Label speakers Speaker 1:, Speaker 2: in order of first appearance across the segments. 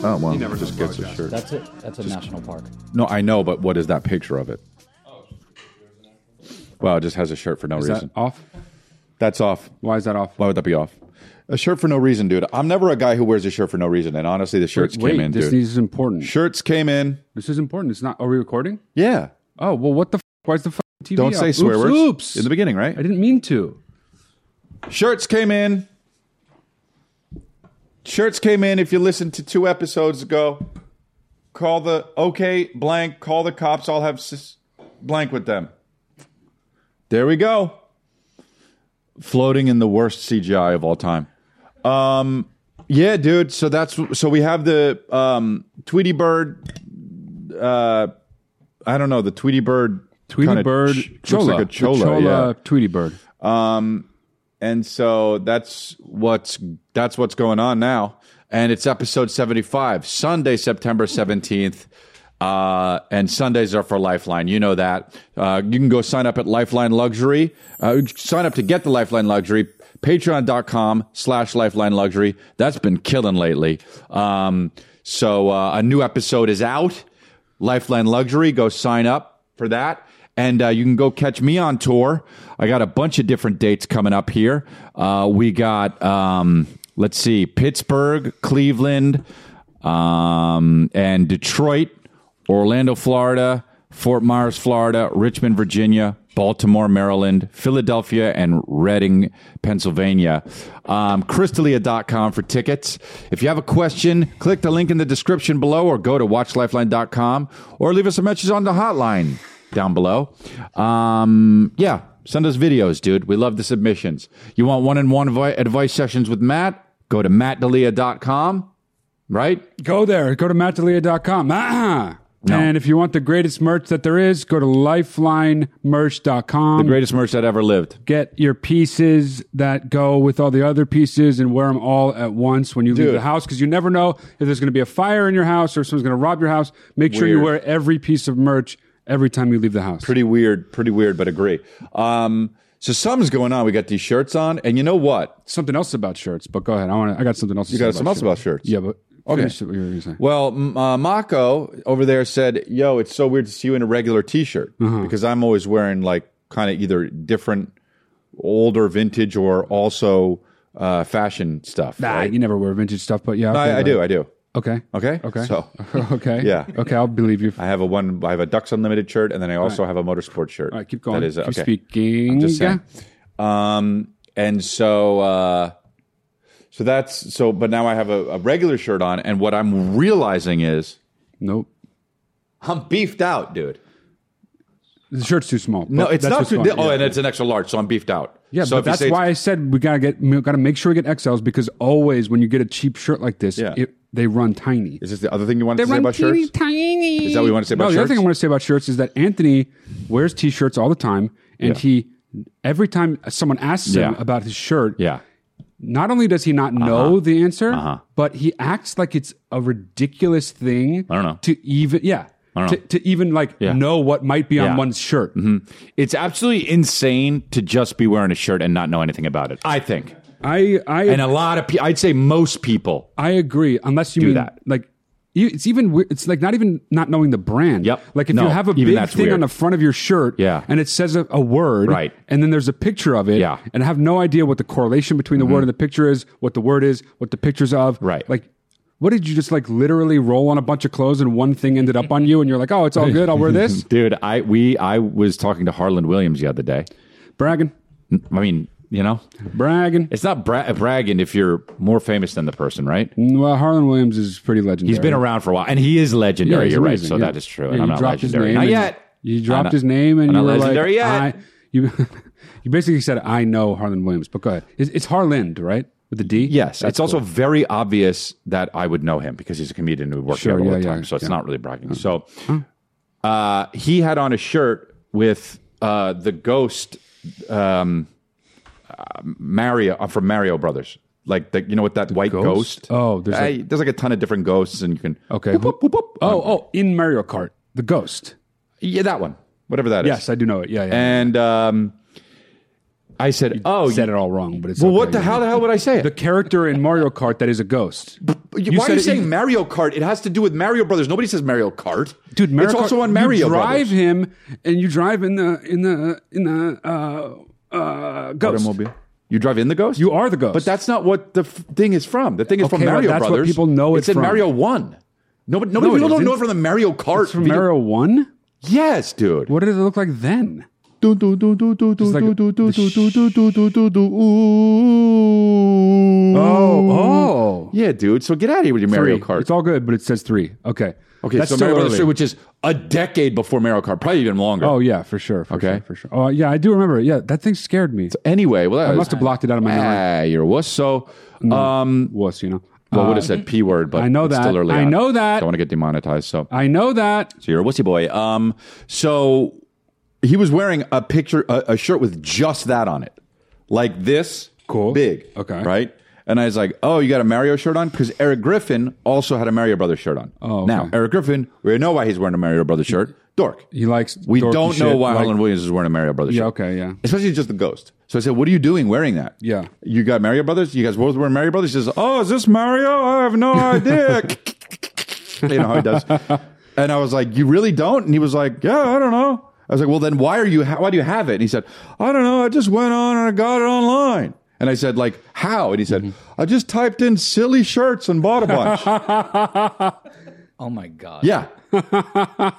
Speaker 1: Oh well,
Speaker 2: never
Speaker 1: just
Speaker 2: know
Speaker 1: gets a
Speaker 2: about
Speaker 1: shirt.
Speaker 3: That's a that's a national park.
Speaker 1: No, I know, but what is that picture of it? Well, it just has a shirt for no
Speaker 2: Oh. Is that
Speaker 1: reason.
Speaker 2: off?
Speaker 1: That's off.
Speaker 2: Why is that off?
Speaker 1: Why would that be off? A shirt for no reason, dude. I'm never a guy who wears a shirt for no reason. And honestly, the shirts
Speaker 2: Wait,
Speaker 1: came in,
Speaker 2: this,
Speaker 1: dude.
Speaker 2: this is important.
Speaker 1: shirts came in.
Speaker 2: This is important. It's not. Are we recording?
Speaker 1: Yeah.
Speaker 2: Oh well, what the? F- why is the f- TV?
Speaker 1: Don't
Speaker 2: off?
Speaker 1: say swear
Speaker 2: oops,
Speaker 1: words
Speaker 2: Oops.
Speaker 1: in the beginning, right?
Speaker 2: I didn't mean to.
Speaker 1: Shirts came in. Shirts came in. If you listened to two episodes ago, call the okay blank. Call the cops. I'll have s- blank with them. There we go. Floating in the worst CGI of all time. Um, yeah, dude. So that's so we have the um, Tweety Bird. Uh, I don't know the Tweety Bird.
Speaker 2: Tweety
Speaker 1: kinda
Speaker 2: Bird.
Speaker 1: ch-
Speaker 2: Chola.
Speaker 1: Looks like a
Speaker 2: The
Speaker 1: chola. yeah.
Speaker 2: Tweety Bird.
Speaker 1: And so that's what's that's what's going on now. And it's episode 75, Sunday, September 17th. Uh, and Sundays are for Lifeline. You know that. Uh, you can go sign up at Lifeline Luxury. Uh, sign up to get the Lifeline Luxury. Patreon.com slash Lifeline Luxury. That's been killing lately. Um, so uh, a new episode is out. Lifeline Luxury. Go sign up for that. And uh, you can go catch me on tour. I got a bunch of different dates coming up here. Uh, we got, um, let's see, Pittsburgh, Cleveland, um, and Detroit, Orlando, Florida, Fort Myers, Florida, Richmond, Virginia, Baltimore, Maryland, Philadelphia, and Reading, Pennsylvania. Um, Crystalia.com for tickets. If you have a question, click the link in the description below or go to watchlifeline.com or leave us a message on the hotline down below. Um, yeah, send us videos, dude. We love the submissions. You want one on one advice sessions with Matt? Go to mattdalia.com, right?
Speaker 2: Go there. Go to mattdelia.com. Ah. And if you want the greatest merch that there is, go to lifelinemerch.com.
Speaker 1: The greatest merch that ever lived.
Speaker 2: Get your pieces that go with all the other pieces and wear them all at once when you leave
Speaker 1: Dude.
Speaker 2: the house because you never know if there's going to be a fire in your house or someone's going to rob your house. Make sure you
Speaker 1: Weird.
Speaker 2: wear every piece of merch every time you leave the house.
Speaker 1: pretty weird, pretty weird, but agree. Um, so something's going on. We got these shirts on, and you know what?
Speaker 2: something else about shirts, but go ahead. I want. to I got something else. You
Speaker 1: got something else about shirts?
Speaker 2: Yeah, but
Speaker 1: Okay.
Speaker 2: okay. Finish what you were going to say.
Speaker 1: Well, m- uh, Mako over there said, "Yo, it's so weird to see you in a regular T-shirt
Speaker 2: Mm-hmm.
Speaker 1: because I'm always wearing like kind of either different, older vintage or also uh, fashion stuff."
Speaker 2: Nah,
Speaker 1: right?
Speaker 2: you never wear vintage stuff, but yeah, okay,
Speaker 1: I, I do, I do.
Speaker 2: Okay.
Speaker 1: Okay,
Speaker 2: Okay.
Speaker 1: So
Speaker 2: okay.
Speaker 1: Yeah.
Speaker 2: Okay. I'll believe you.
Speaker 1: I have a one. I have a Ducks Unlimited shirt, and then I also have a motorsport shirt.
Speaker 2: All right. Keep going.
Speaker 1: That is
Speaker 2: keep
Speaker 1: okay.
Speaker 2: speaking.
Speaker 1: just saying. Um, and so, uh, so that's so. But now I have a, a regular shirt on, and what I'm realizing is
Speaker 2: Nope.
Speaker 1: I'm beefed out, dude.
Speaker 2: The shirt's too small.
Speaker 1: No,
Speaker 2: but
Speaker 1: it's
Speaker 2: that's
Speaker 1: not.
Speaker 2: what's
Speaker 1: Too,
Speaker 2: going on.
Speaker 1: oh,
Speaker 2: yeah.
Speaker 1: and it's an extra large, so I'm beefed out.
Speaker 2: Yeah,
Speaker 1: so
Speaker 2: but that's why I said we gotta get we gotta make sure we get XLs because always when you get a cheap shirt like this,
Speaker 1: Yeah.
Speaker 2: it, they run tiny.
Speaker 1: Is this the other thing you wanted
Speaker 2: They
Speaker 1: to say
Speaker 2: run
Speaker 1: about
Speaker 2: teeny
Speaker 1: shirts?
Speaker 2: tiny.
Speaker 1: Is that what you want to say about
Speaker 2: no, the other thing I
Speaker 1: shirts?
Speaker 2: want to say about shirts is that Anthony wears t-shirts all the time, and he every time someone asks him
Speaker 1: Yeah.
Speaker 2: about his shirt,
Speaker 1: Yeah. Uh-huh.
Speaker 2: not only does he not know the answer, but he acts like it's a ridiculous thing.
Speaker 1: I don't know.
Speaker 2: to even yeah
Speaker 1: don't
Speaker 2: to,
Speaker 1: know.
Speaker 2: to even like
Speaker 1: Yeah.
Speaker 2: know what might be
Speaker 1: Yeah. Mm-hmm.
Speaker 2: on one's shirt.
Speaker 1: It's absolutely insane to just be wearing a shirt and not know anything about it. I think,
Speaker 2: I I
Speaker 1: and a lot of people, I'd say most people.
Speaker 2: I agree. Unless you do mean
Speaker 1: that.
Speaker 2: like. You, it's even we- it's like not even not knowing the brand.
Speaker 1: Yep.
Speaker 2: Like if
Speaker 1: No,
Speaker 2: you have a
Speaker 1: even
Speaker 2: big
Speaker 1: that's
Speaker 2: thing
Speaker 1: weird.
Speaker 2: on the front of your shirt,
Speaker 1: Yeah.
Speaker 2: and it says a, a word,
Speaker 1: Right.
Speaker 2: and then there's a picture of it,
Speaker 1: Yeah. Mm-hmm.
Speaker 2: and I have no idea what the correlation between the word and the picture is, what the word is, what the picture's of,
Speaker 1: Right.
Speaker 2: Like, what did you just like literally roll on a bunch of clothes and one thing ended up on you, and you're like, oh, it's all good, I'll wear this.
Speaker 1: Dude, I we I was talking to Harlan Williams the other day.
Speaker 2: bragging,
Speaker 1: I mean, you know,
Speaker 2: bragging.
Speaker 1: It's not bra- bragging if you're more famous than the person, right?
Speaker 2: Well, Harlan Williams is pretty legendary.
Speaker 1: He's been around for a while, and he is legendary.
Speaker 2: he's
Speaker 1: you're right,
Speaker 2: amazing,
Speaker 1: so
Speaker 2: yeah.
Speaker 1: that is true.
Speaker 2: Yeah,
Speaker 1: and
Speaker 2: you
Speaker 1: I'm not
Speaker 2: dropped his
Speaker 1: legendary,
Speaker 2: name
Speaker 1: not
Speaker 2: and-
Speaker 1: yet.
Speaker 2: You
Speaker 1: I'm
Speaker 2: dropped
Speaker 1: not-
Speaker 2: his name, and
Speaker 1: I'm
Speaker 2: you
Speaker 1: not
Speaker 2: were
Speaker 1: legendary
Speaker 2: like,
Speaker 1: yet.
Speaker 2: I, you, you basically said, "I know Harlan Williams," but go ahead. It's, it's Harland, right? With the D.
Speaker 1: Yes,
Speaker 2: That's
Speaker 1: it's also very obvious that I would know him because he's a comedian who works
Speaker 2: Sure,
Speaker 1: out all the
Speaker 2: yeah, yeah,
Speaker 1: time. so it's
Speaker 2: yeah.
Speaker 1: not really bragging. So uh, he had on a shirt with uh, the ghost um, uh, Mario uh, from Mario Brothers. Like the, you know what that white ghost?
Speaker 2: ghost? Oh, there's
Speaker 1: Uh,
Speaker 2: like-
Speaker 1: there's like a ton of different ghosts, and you can
Speaker 2: Okay.
Speaker 1: Boop, boop, boop, boop.
Speaker 2: Oh, oh, in Mario Kart, the Ghost.
Speaker 1: yeah, that one, whatever that is.
Speaker 2: Yes, I do know it. Yeah, yeah.
Speaker 1: And um, I said, "Oh,
Speaker 2: said
Speaker 1: you-
Speaker 2: it all wrong, but it's
Speaker 1: well,
Speaker 2: okay,
Speaker 1: what the
Speaker 2: yeah.
Speaker 1: how the hell would I say it?"
Speaker 2: The character in Mario Kart that is a ghost.
Speaker 1: Why
Speaker 2: said
Speaker 1: are you
Speaker 2: it-
Speaker 1: saying Mario Kart? It has to do with Mario Brothers. Nobody says Mario Kart,
Speaker 2: dude. Mario
Speaker 1: it's
Speaker 2: Kart-
Speaker 1: also on Mario
Speaker 2: You drive
Speaker 1: Brothers.
Speaker 2: him, and you drive in the in the in the uh, uh, ghost.
Speaker 1: Automobile. You drive in the Ghost.
Speaker 2: You are the ghost.
Speaker 1: But that's not what the f- thing is from. The thing is from
Speaker 2: Okay, well,
Speaker 1: Mario
Speaker 2: that's what
Speaker 1: Brothers.
Speaker 2: people know it
Speaker 1: it's in
Speaker 2: from.
Speaker 1: Mario One. Nobody, nobody
Speaker 2: No, it
Speaker 1: people don't
Speaker 2: isn't.
Speaker 1: know it from the Mario Kart.
Speaker 2: from
Speaker 1: video-
Speaker 2: Mario One.
Speaker 1: Yes, dude.
Speaker 2: What did it look like then?
Speaker 1: Do, do, do, do, do, do,
Speaker 2: like
Speaker 1: do,
Speaker 2: a-
Speaker 1: do, do,
Speaker 2: the
Speaker 1: do, do, do, do, do, do, do, ooh.
Speaker 2: Oh, oh.
Speaker 1: yeah, dude. So get out of here with your Mario Kart.
Speaker 2: It's all good, but it says three. Okay.
Speaker 1: okay,
Speaker 2: That's
Speaker 1: so
Speaker 2: still
Speaker 1: Mario Brothers
Speaker 2: early.
Speaker 1: Three, which is a decade before Mario Kart, probably even longer.
Speaker 2: Oh yeah, for sure. For
Speaker 1: Okay.
Speaker 2: sure, for sure. Oh yeah, I do remember. it. Yeah, that thing scared me.
Speaker 1: Anyway, well, that
Speaker 2: I must have blocked it out of my memory.
Speaker 1: Ah, you're a wuss. So, um,
Speaker 2: Was you know?
Speaker 1: well, I
Speaker 2: Uh,
Speaker 1: would have said p word, but
Speaker 2: I know
Speaker 1: it's
Speaker 2: that.
Speaker 1: Still early
Speaker 2: I
Speaker 1: on.
Speaker 2: know that.
Speaker 1: Don't want to get demonetized. So
Speaker 2: I know that.
Speaker 1: So you're a wussy boy. Um, so he was wearing a picture, a, a shirt with just that on it, like this,
Speaker 2: Cool.
Speaker 1: big,
Speaker 2: Okay.
Speaker 1: right. And I was like, "Oh, you got a Mario shirt on?" Because Eric Griffin also had a Mario Brothers shirt on.
Speaker 2: Oh, okay.
Speaker 1: now Eric Griffin, we know why he's wearing a Mario Brothers shirt. Dork.
Speaker 2: He likes.
Speaker 1: We
Speaker 2: dorky
Speaker 1: don't know
Speaker 2: shit,
Speaker 1: why
Speaker 2: like-
Speaker 1: Holland Williams is wearing a Mario Brothers
Speaker 2: Yeah.
Speaker 1: shirt,
Speaker 2: Okay. Yeah.
Speaker 1: especially just the ghost. So I said, "What are you doing wearing that?"
Speaker 2: Yeah.
Speaker 1: You got Mario Brothers? You guys both wearing Mario Brothers? He says, Oh, is this Mario? I have no idea. you know how he does. And I was like, You really don't? And he was like, Yeah, I don't know. I was like, Well, then why are you, ha- why do you have it? And he said, I don't know. I just went on and I got it online. And I said, like, how? And he said,
Speaker 2: Mm-hmm.
Speaker 1: I just typed in silly shirts and bought a bunch.
Speaker 3: Oh my god.
Speaker 1: yeah. and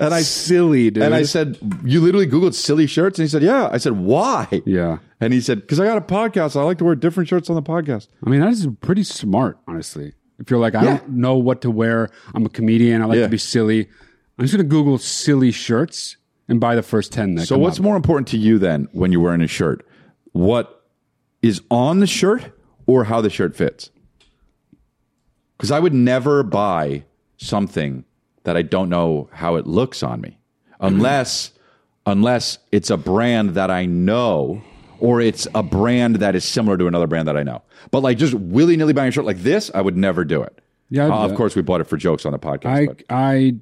Speaker 1: I
Speaker 2: Silly dude.
Speaker 1: and I said, You literally Googled silly shirts? And he said, Yeah. I said, Why?
Speaker 2: yeah.
Speaker 1: And he said, Because I got a podcast. I like to wear different shirts on the podcast.
Speaker 2: I mean, that is pretty smart, honestly. If you're like, I
Speaker 1: Yeah.
Speaker 2: don't know what to wear. I'm a comedian. I like
Speaker 1: Yeah.
Speaker 2: to be silly. I'm just gonna Google silly shirts and buy the first ten. That
Speaker 1: So,
Speaker 2: come
Speaker 1: what's
Speaker 2: up.
Speaker 1: more important to you then when you're wearing a shirt? What is on the shirt or how the shirt fits? Because I would never buy something that I don't know how it looks on me, unless unless it's a brand that I know or it's a brand that is similar to another brand that I know. But like just willy nilly buying a shirt like this, I would never do it.
Speaker 2: Yeah, I'd do
Speaker 1: Uh, of
Speaker 2: that.
Speaker 1: course we bought it for jokes on the podcast.
Speaker 2: I
Speaker 1: but
Speaker 2: I.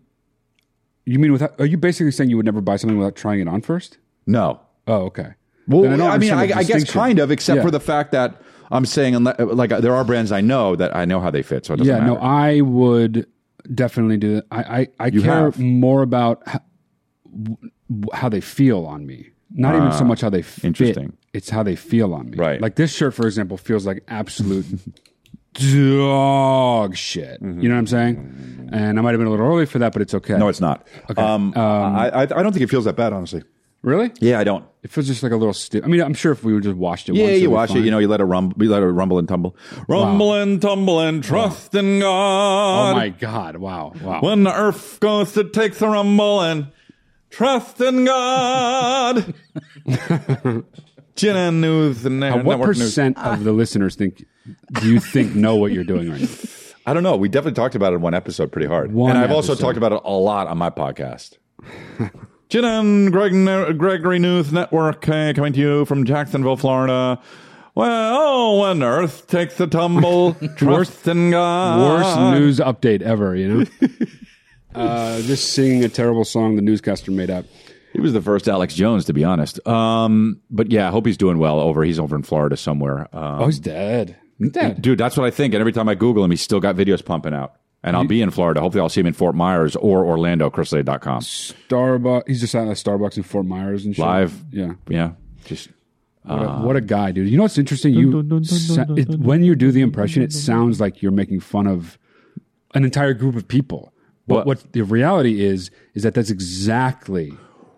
Speaker 2: You mean without? Are you basically saying you would never buy something without trying it on first?
Speaker 1: no,
Speaker 2: Oh, okay.
Speaker 1: Well,
Speaker 2: Then don't
Speaker 1: I, mean,
Speaker 2: understand
Speaker 1: I,
Speaker 2: the
Speaker 1: I guess
Speaker 2: distinction.
Speaker 1: kind of, except
Speaker 2: Yeah.
Speaker 1: for the fact that I'm saying, unle- uh, like, there are brands I know that I know how they fit, so it doesn't
Speaker 2: Yeah,
Speaker 1: matter.
Speaker 2: no, I would definitely do that. I I, I care
Speaker 1: have.
Speaker 2: more about how, how they feel on me. Not even so much how they fit.
Speaker 1: Ah, interesting.
Speaker 2: It's how they feel on me.
Speaker 1: Right.
Speaker 2: Like this shirt, for example, feels like absolute dog shit. You know what I'm saying? And I might have been a little early for that, but it's okay.
Speaker 1: Mm-hmm. No, it's not. Um, I, I, I don't think it feels that bad, honestly.
Speaker 2: really.
Speaker 1: Yeah, I don't.
Speaker 2: It feels just like a little. Sti- I mean, I'm sure if we would just washed it.
Speaker 1: Yeah,
Speaker 2: once, it'd be
Speaker 1: you watch it.
Speaker 2: fine.
Speaker 1: You know, you let it rumble, you let it rumble and tumble, rumble and tumble and trust in God.
Speaker 2: Oh my god! Wow! Wow!
Speaker 1: When the earth goes to take the rumble and trust in God. Gin and news and
Speaker 2: Uh, what
Speaker 1: network news.
Speaker 2: percent of the listeners think do you think know what you're doing right now?
Speaker 1: I don't know. We definitely talked about it in one episode pretty hard.
Speaker 2: One
Speaker 1: and I've also
Speaker 2: episode.
Speaker 1: talked about it a lot on my podcast. Jen and Greg, Gregory News Network uh, coming to you from Jacksonville, Florida. Well, when Earth takes a tumble, trust in God.
Speaker 2: Worst news update ever, you know? uh, just singing a terrible song the newscaster made up.
Speaker 1: He was the first Alex Jones, to be honest. Um, but yeah, I hope he's doing well over. He's over in Florida somewhere. Um,
Speaker 2: Oh, he's dead. He's dead.
Speaker 1: dude, that's what I think. And every time I Google him, he's still got videos pumping out. And I'll be in Florida. Hopefully, I'll see him in Fort Myers or Orlando, chrisley.com.
Speaker 2: Starbucks. He's just out of Starbucks in Fort Myers and shit.
Speaker 1: Live.
Speaker 2: Yeah.
Speaker 1: Yeah. Just
Speaker 2: What,
Speaker 1: Ah.
Speaker 2: a, what a guy, dude. You know what's interesting? You sa- it, when you do the impression, it sounds like you're making fun of an entire group of people. But
Speaker 1: What-
Speaker 2: what the reality is is that that's exactly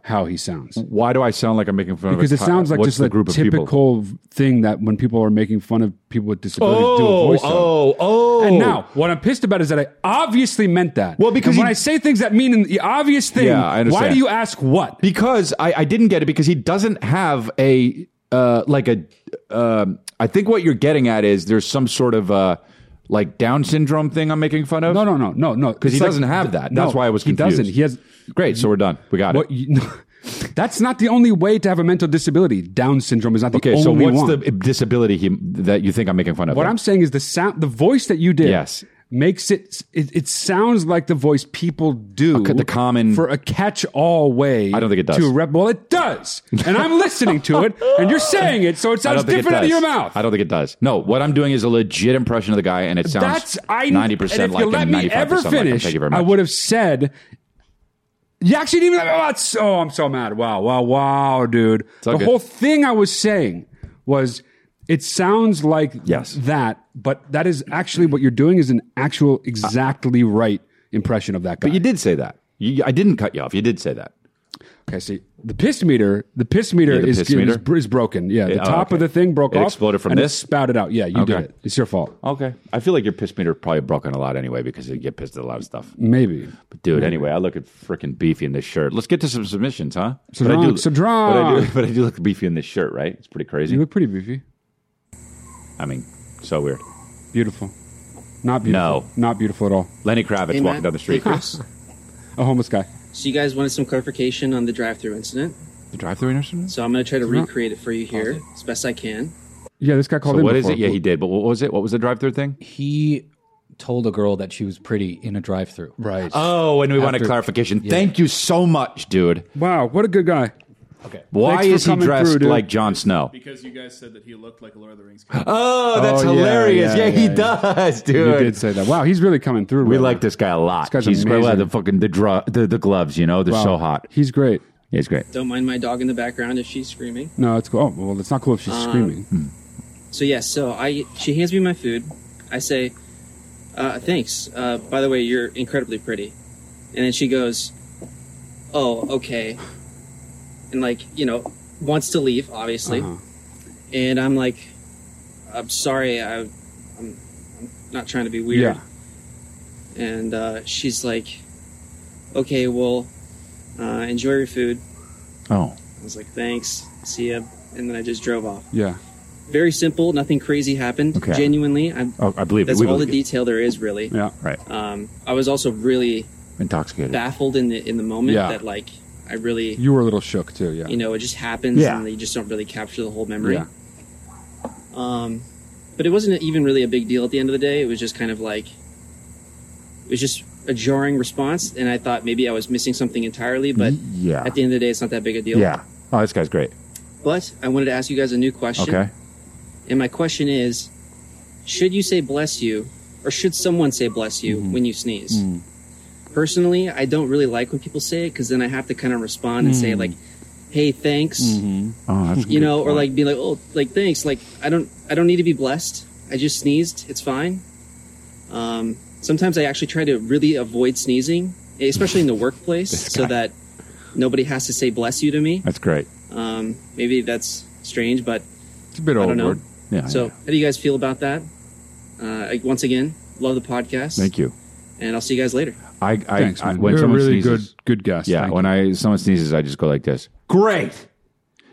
Speaker 2: how he sounds.
Speaker 1: Why do I sound like I'm making fun
Speaker 2: Because
Speaker 1: of
Speaker 2: it
Speaker 1: a ti-
Speaker 2: sounds like
Speaker 1: what's
Speaker 2: just
Speaker 1: the
Speaker 2: a
Speaker 1: group of people?
Speaker 2: typical thing that when people are making fun of people with disabilities, do a voice. of.
Speaker 1: oh.
Speaker 2: And now, what I'm pissed about is that I obviously meant that.
Speaker 1: Well, because
Speaker 2: And when
Speaker 1: he-
Speaker 2: I say things that mean the obvious thing,
Speaker 1: Yeah, I understand.
Speaker 2: why do you ask what?
Speaker 1: because I, I didn't get it because he doesn't have a uh, like a um, I think what you're getting at is there's some sort of uh, like Down syndrome thing I'm making fun of.
Speaker 2: No, no, no, no, no.
Speaker 1: because he doesn't have that. That's why I was confused.
Speaker 2: He doesn't. He has.
Speaker 1: Great, so we're done. We got
Speaker 2: What,
Speaker 1: it.
Speaker 2: you, that's not the only way to have a mental disability. Down syndrome is not the
Speaker 1: Okay,
Speaker 2: only
Speaker 1: so what's
Speaker 2: one.
Speaker 1: the disability he, that you think I'm making fun of?
Speaker 2: what
Speaker 1: then?
Speaker 2: I'm saying is the sound, the voice that you did.
Speaker 1: Yes.
Speaker 2: makes it, it it sounds like the voice people do
Speaker 1: Okay, the common-
Speaker 2: for a catch-all way.
Speaker 1: I don't think it does.
Speaker 2: To rep, well, it does, and I'm listening to it, and you're saying it, so it
Speaker 1: I
Speaker 2: sounds
Speaker 1: don't think
Speaker 2: different
Speaker 1: it
Speaker 2: out
Speaker 1: does.
Speaker 2: of your mouth.
Speaker 1: I don't think it does. No, what I'm doing is a legit impression of the guy, and it sounds
Speaker 2: That's I
Speaker 1: ninety percent
Speaker 2: and if
Speaker 1: like
Speaker 2: you let
Speaker 1: him,
Speaker 2: me
Speaker 1: ninety five
Speaker 2: ever
Speaker 1: percent like him.
Speaker 2: finish,
Speaker 1: Thank you very
Speaker 2: I
Speaker 1: much.
Speaker 2: would have said. You actually didn't even. Oh, it's, oh, I'm so mad! Wow, wow, wow, dude!
Speaker 1: all
Speaker 2: The
Speaker 1: good.
Speaker 2: whole thing I was saying was it sounds like
Speaker 1: Yes.
Speaker 2: that, but that is actually what you're doing is an actual exactly right impression of that guy.
Speaker 1: you did say that. You, I didn't cut you off. You did say that.
Speaker 2: okay, see the piss meter, the piss meter,
Speaker 1: the
Speaker 2: is,
Speaker 1: piss
Speaker 2: is-
Speaker 1: meter?
Speaker 2: br- is broken. Yeah, the
Speaker 1: oh,
Speaker 2: top of
Speaker 1: okay.
Speaker 2: the thing broke
Speaker 1: It
Speaker 2: off,
Speaker 1: exploded from
Speaker 2: and it
Speaker 1: this?
Speaker 2: spouted out. Yeah, you did
Speaker 1: Okay.
Speaker 2: it. It's your fault,
Speaker 1: Okay. I feel like your piss meter probably broken a lot anyway because you get pissed at a lot of stuff.
Speaker 2: maybe.
Speaker 1: But dude, anyway, I look at freaking beefy in this shirt. Let's get to some submissions, huh? So I
Speaker 2: drunk,
Speaker 1: do,
Speaker 2: so drunk.
Speaker 1: But I do, but I do look beefy in this shirt, right? It's pretty crazy.
Speaker 2: You look pretty beefy,
Speaker 1: I mean, so weird.
Speaker 2: beautiful, not beautiful,
Speaker 1: No.
Speaker 2: not beautiful at all.
Speaker 1: Lenny Kravitz
Speaker 4: Hey,
Speaker 1: walking
Speaker 4: Matt.
Speaker 1: down the street.
Speaker 4: Hey, Chris.
Speaker 2: A homeless guy.
Speaker 4: so you guys wanted some clarification on the drive-through incident.
Speaker 1: the drive-through incident.
Speaker 4: So I'm going to try to
Speaker 1: Mm-hmm.
Speaker 4: recreate it for you here as best I can.
Speaker 2: Yeah, this guy called
Speaker 1: So
Speaker 2: in.
Speaker 1: what is
Speaker 2: before.
Speaker 1: it? Yeah, he did. But what was it? What was the drive-through thing?
Speaker 3: He told a girl that she was pretty in a drive-through.
Speaker 2: right.
Speaker 1: Oh, and we wanted clarification. Thank you so much, dude.
Speaker 2: wow, what a good guy.
Speaker 1: Why
Speaker 2: Thanks for
Speaker 1: is he
Speaker 2: coming
Speaker 1: dressed
Speaker 2: through, dude.
Speaker 1: like Jon Snow?
Speaker 5: Because you guys said that he looked like Lord of the Rings.
Speaker 1: Oh, that's
Speaker 2: Oh, yeah,
Speaker 1: hilarious. Yeah,
Speaker 2: yeah,
Speaker 1: he
Speaker 2: yeah,
Speaker 1: does,
Speaker 2: He
Speaker 1: dude.
Speaker 2: did say that. Wow, he's really coming through.
Speaker 1: We
Speaker 2: right
Speaker 1: like
Speaker 2: now.
Speaker 1: this guy a lot.
Speaker 2: guy's
Speaker 1: He's great.
Speaker 2: amazing.
Speaker 1: the fucking the, dru- the the gloves, you know, they're
Speaker 2: Wow.
Speaker 1: so hot.
Speaker 2: He's great.
Speaker 1: Yeah, he's great.
Speaker 4: Don't mind my dog in the background if she's screaming.
Speaker 2: No, it's cool. Oh, well, it's not cool if she's
Speaker 4: Uh,
Speaker 2: screaming.
Speaker 4: mm. So yes, so I she hands me my food. I say, uh, "Thanks. Uh, by the way, you're incredibly pretty." And then she goes, "Oh, okay," and like you know wants to leave obviously.
Speaker 2: Uh-huh.
Speaker 4: And I'm like, "I'm sorry. I, I'm, I'm not trying to be weird."
Speaker 2: Yeah.
Speaker 4: And uh, she's like, "Okay, well, uh, enjoy your food."
Speaker 1: Oh,
Speaker 4: I was like, "Thanks. See ya." And then I just drove off.
Speaker 2: Yeah.
Speaker 4: Very simple. Nothing crazy happened.
Speaker 1: Okay.
Speaker 4: Genuinely, I'm
Speaker 1: oh I believe it.
Speaker 4: that's
Speaker 1: We
Speaker 4: all the
Speaker 1: believe it.
Speaker 4: detail there is, really.
Speaker 2: Yeah.
Speaker 1: Right,
Speaker 4: Um, I was also really
Speaker 1: intoxicated.
Speaker 4: baffled in the in the moment
Speaker 2: Yeah.
Speaker 4: that like I really,
Speaker 2: You were a little shook too. Yeah.
Speaker 4: you know, it just happens
Speaker 1: Yeah.
Speaker 4: and you just don't really capture the whole memory.
Speaker 2: yeah.
Speaker 4: Um, but it wasn't even really a big deal at the end of the day. It was just kind of like it was just a jarring response, and I thought maybe I was missing something entirely. But
Speaker 1: yeah,
Speaker 4: at the end of the day, it's not that big a deal.
Speaker 1: Mm-hmm. yeah. Oh, this guy's great.
Speaker 4: But I wanted to ask you guys a new question.
Speaker 1: Okay,
Speaker 4: And my question is, should you say bless you or should someone say bless you
Speaker 1: Mm-hmm.
Speaker 4: when you sneeze? Personally, I don't really like when people say it because then I have to kind of respond and
Speaker 1: Mm.
Speaker 4: say like, "Hey, thanks," Mm-hmm.
Speaker 1: oh, that's a
Speaker 4: you
Speaker 1: good
Speaker 4: know, or
Speaker 1: point.
Speaker 4: like be like, "Oh, like thanks." Like I don't, I don't need to be blessed. I just sneezed. It's fine. Um, sometimes I actually try to really avoid sneezing, especially in the workplace, so that nobody has to say bless you to me.
Speaker 1: that's great.
Speaker 4: Um, maybe that's strange, but
Speaker 2: It's a bit
Speaker 4: I don't know.
Speaker 2: awkward.
Speaker 1: Yeah.
Speaker 4: so,
Speaker 1: yeah.
Speaker 4: how do you guys feel about that? Uh, I- once again, love the podcast.
Speaker 1: thank you.
Speaker 4: And I'll see you guys later.
Speaker 1: I, I,
Speaker 2: Thanks,
Speaker 1: I
Speaker 2: man.
Speaker 1: when
Speaker 2: You're a
Speaker 1: someone
Speaker 2: really
Speaker 1: sneezes,
Speaker 2: good, good guest.
Speaker 1: Yeah,
Speaker 2: Thank
Speaker 1: when I someone sneezes, I just go like this. Great.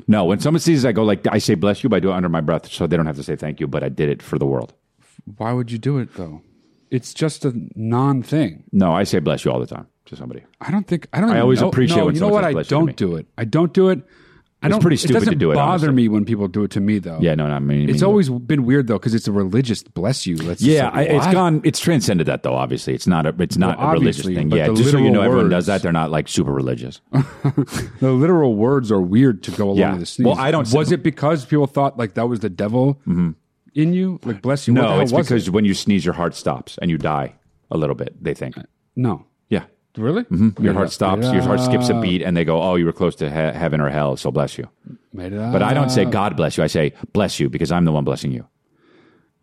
Speaker 1: No, when someone sneezes, I go like I say bless you, but I do it under my breath, so they don't have to say thank you. But I did it for the world.
Speaker 2: you. Why would you do it though? It's just a non-thing.
Speaker 1: No, I say bless you all the time to somebody.
Speaker 2: I don't think I don't. even
Speaker 1: always
Speaker 2: know-
Speaker 1: appreciate
Speaker 2: no,
Speaker 1: when
Speaker 2: you know
Speaker 1: someone
Speaker 2: what?
Speaker 1: says
Speaker 2: I
Speaker 1: bless you to me.
Speaker 2: don't do it. I don't do it. I
Speaker 1: It's
Speaker 2: don't,
Speaker 1: pretty stupid to
Speaker 2: doesn't
Speaker 1: do it,
Speaker 2: Bother
Speaker 1: honestly.
Speaker 2: me when people do it to me though.
Speaker 1: Yeah, no, no, I mean,
Speaker 2: It's
Speaker 1: I mean-
Speaker 2: always been weird though because it's a religious bless you. Let's just
Speaker 1: Yeah, I,
Speaker 2: like,
Speaker 1: it's
Speaker 2: what?
Speaker 1: gone. It's transcended that though. Obviously, it's not a. It's not
Speaker 2: Well,
Speaker 1: a religious
Speaker 2: obviously,
Speaker 1: thing.
Speaker 2: but
Speaker 1: Yeah,
Speaker 2: the
Speaker 1: just so you
Speaker 2: literal
Speaker 1: know, everyone does
Speaker 2: words-
Speaker 1: that. They're not like super religious.
Speaker 2: The literal words are weird to go along
Speaker 1: Yeah.
Speaker 2: with the sneeze.
Speaker 1: Well, I don't- Mm-hmm.
Speaker 2: Was it because people thought like that was the devil in you? Like, bless you. What the
Speaker 1: no,
Speaker 2: hell
Speaker 1: it's
Speaker 2: was
Speaker 1: because
Speaker 2: it?
Speaker 1: when you sneeze, your heart stops and you die a little bit. They
Speaker 2: Uh,
Speaker 1: think.
Speaker 2: no.
Speaker 1: Yeah, Mm-hmm.
Speaker 2: Really?
Speaker 1: your heart stops. Your heart skips a beat, and they go, "Oh, you were close to he- heaven or hell." So bless you.
Speaker 2: Made
Speaker 1: But I don't say God bless you. I say bless you because I'm the one blessing you.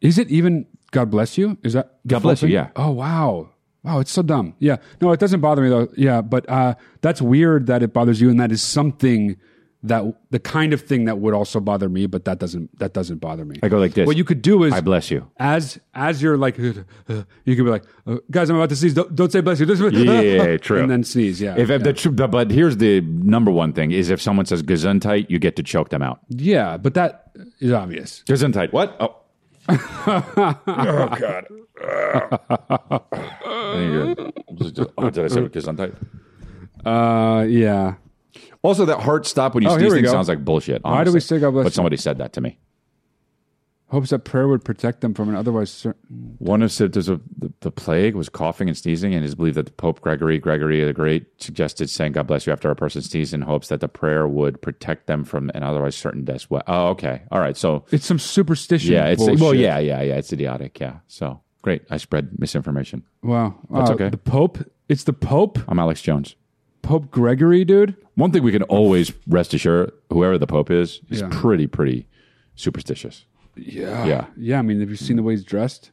Speaker 2: Is it even God bless you? Is that the
Speaker 1: God
Speaker 2: full
Speaker 1: bless you,
Speaker 2: thing?
Speaker 1: yeah.
Speaker 2: Oh wow. Wow, it's so dumb. Yeah. No, it doesn't bother me though. Yeah, but uh, that's weird that it bothers you, and that is something that the kind of thing that would also bother me, but that doesn't that doesn't bother me.
Speaker 1: I go like this.
Speaker 2: What you could do is
Speaker 1: I bless you.
Speaker 2: as as you're like you could be like uh, guys, I'm about to sneeze. Don't, don't say bless you. This
Speaker 1: Yeah, true.
Speaker 2: And then sneeze. Yeah.
Speaker 1: If, if the tr- the, but here's the number one thing: is if someone says Gesundheit, you get to choke them out.
Speaker 2: yeah, but that is obvious.
Speaker 1: Gesundheit. What? Oh. oh God. oh, did I say Gesundheit?
Speaker 2: Uh, yeah.
Speaker 1: Also, that heart stop when you
Speaker 2: Oh, here
Speaker 1: sneeze
Speaker 2: we
Speaker 1: thing
Speaker 2: go.
Speaker 1: sounds like bullshit.
Speaker 2: Why do we
Speaker 1: honestly.
Speaker 2: say God bless
Speaker 1: But
Speaker 2: you?
Speaker 1: somebody said that to me.
Speaker 2: hopes that prayer would protect them from an otherwise certain.
Speaker 1: One of symptoms of the, the plague was coughing and sneezing, and it is believed that the Pope Gregory Gregory the Great suggested saying "God bless you" after a person sneezed in hopes that the prayer would protect them from an otherwise certain death. Well, oh, okay, all right. So
Speaker 2: It's some superstition.
Speaker 1: yeah, it's
Speaker 2: bullshit.
Speaker 1: well, yeah, yeah, yeah. It's idiotic. Yeah. So great, I spread misinformation.
Speaker 2: Wow,
Speaker 1: That's
Speaker 2: Uh,
Speaker 1: okay.
Speaker 2: The Pope. It's the Pope,
Speaker 1: I'm Alex Jones.
Speaker 2: Pope Gregory, dude.
Speaker 1: One thing we can always rest assured, whoever the Pope is, is
Speaker 2: Yeah.
Speaker 1: pretty, pretty superstitious.
Speaker 2: Yeah,
Speaker 1: Yeah.
Speaker 2: yeah. I mean, have you seen the way he's dressed?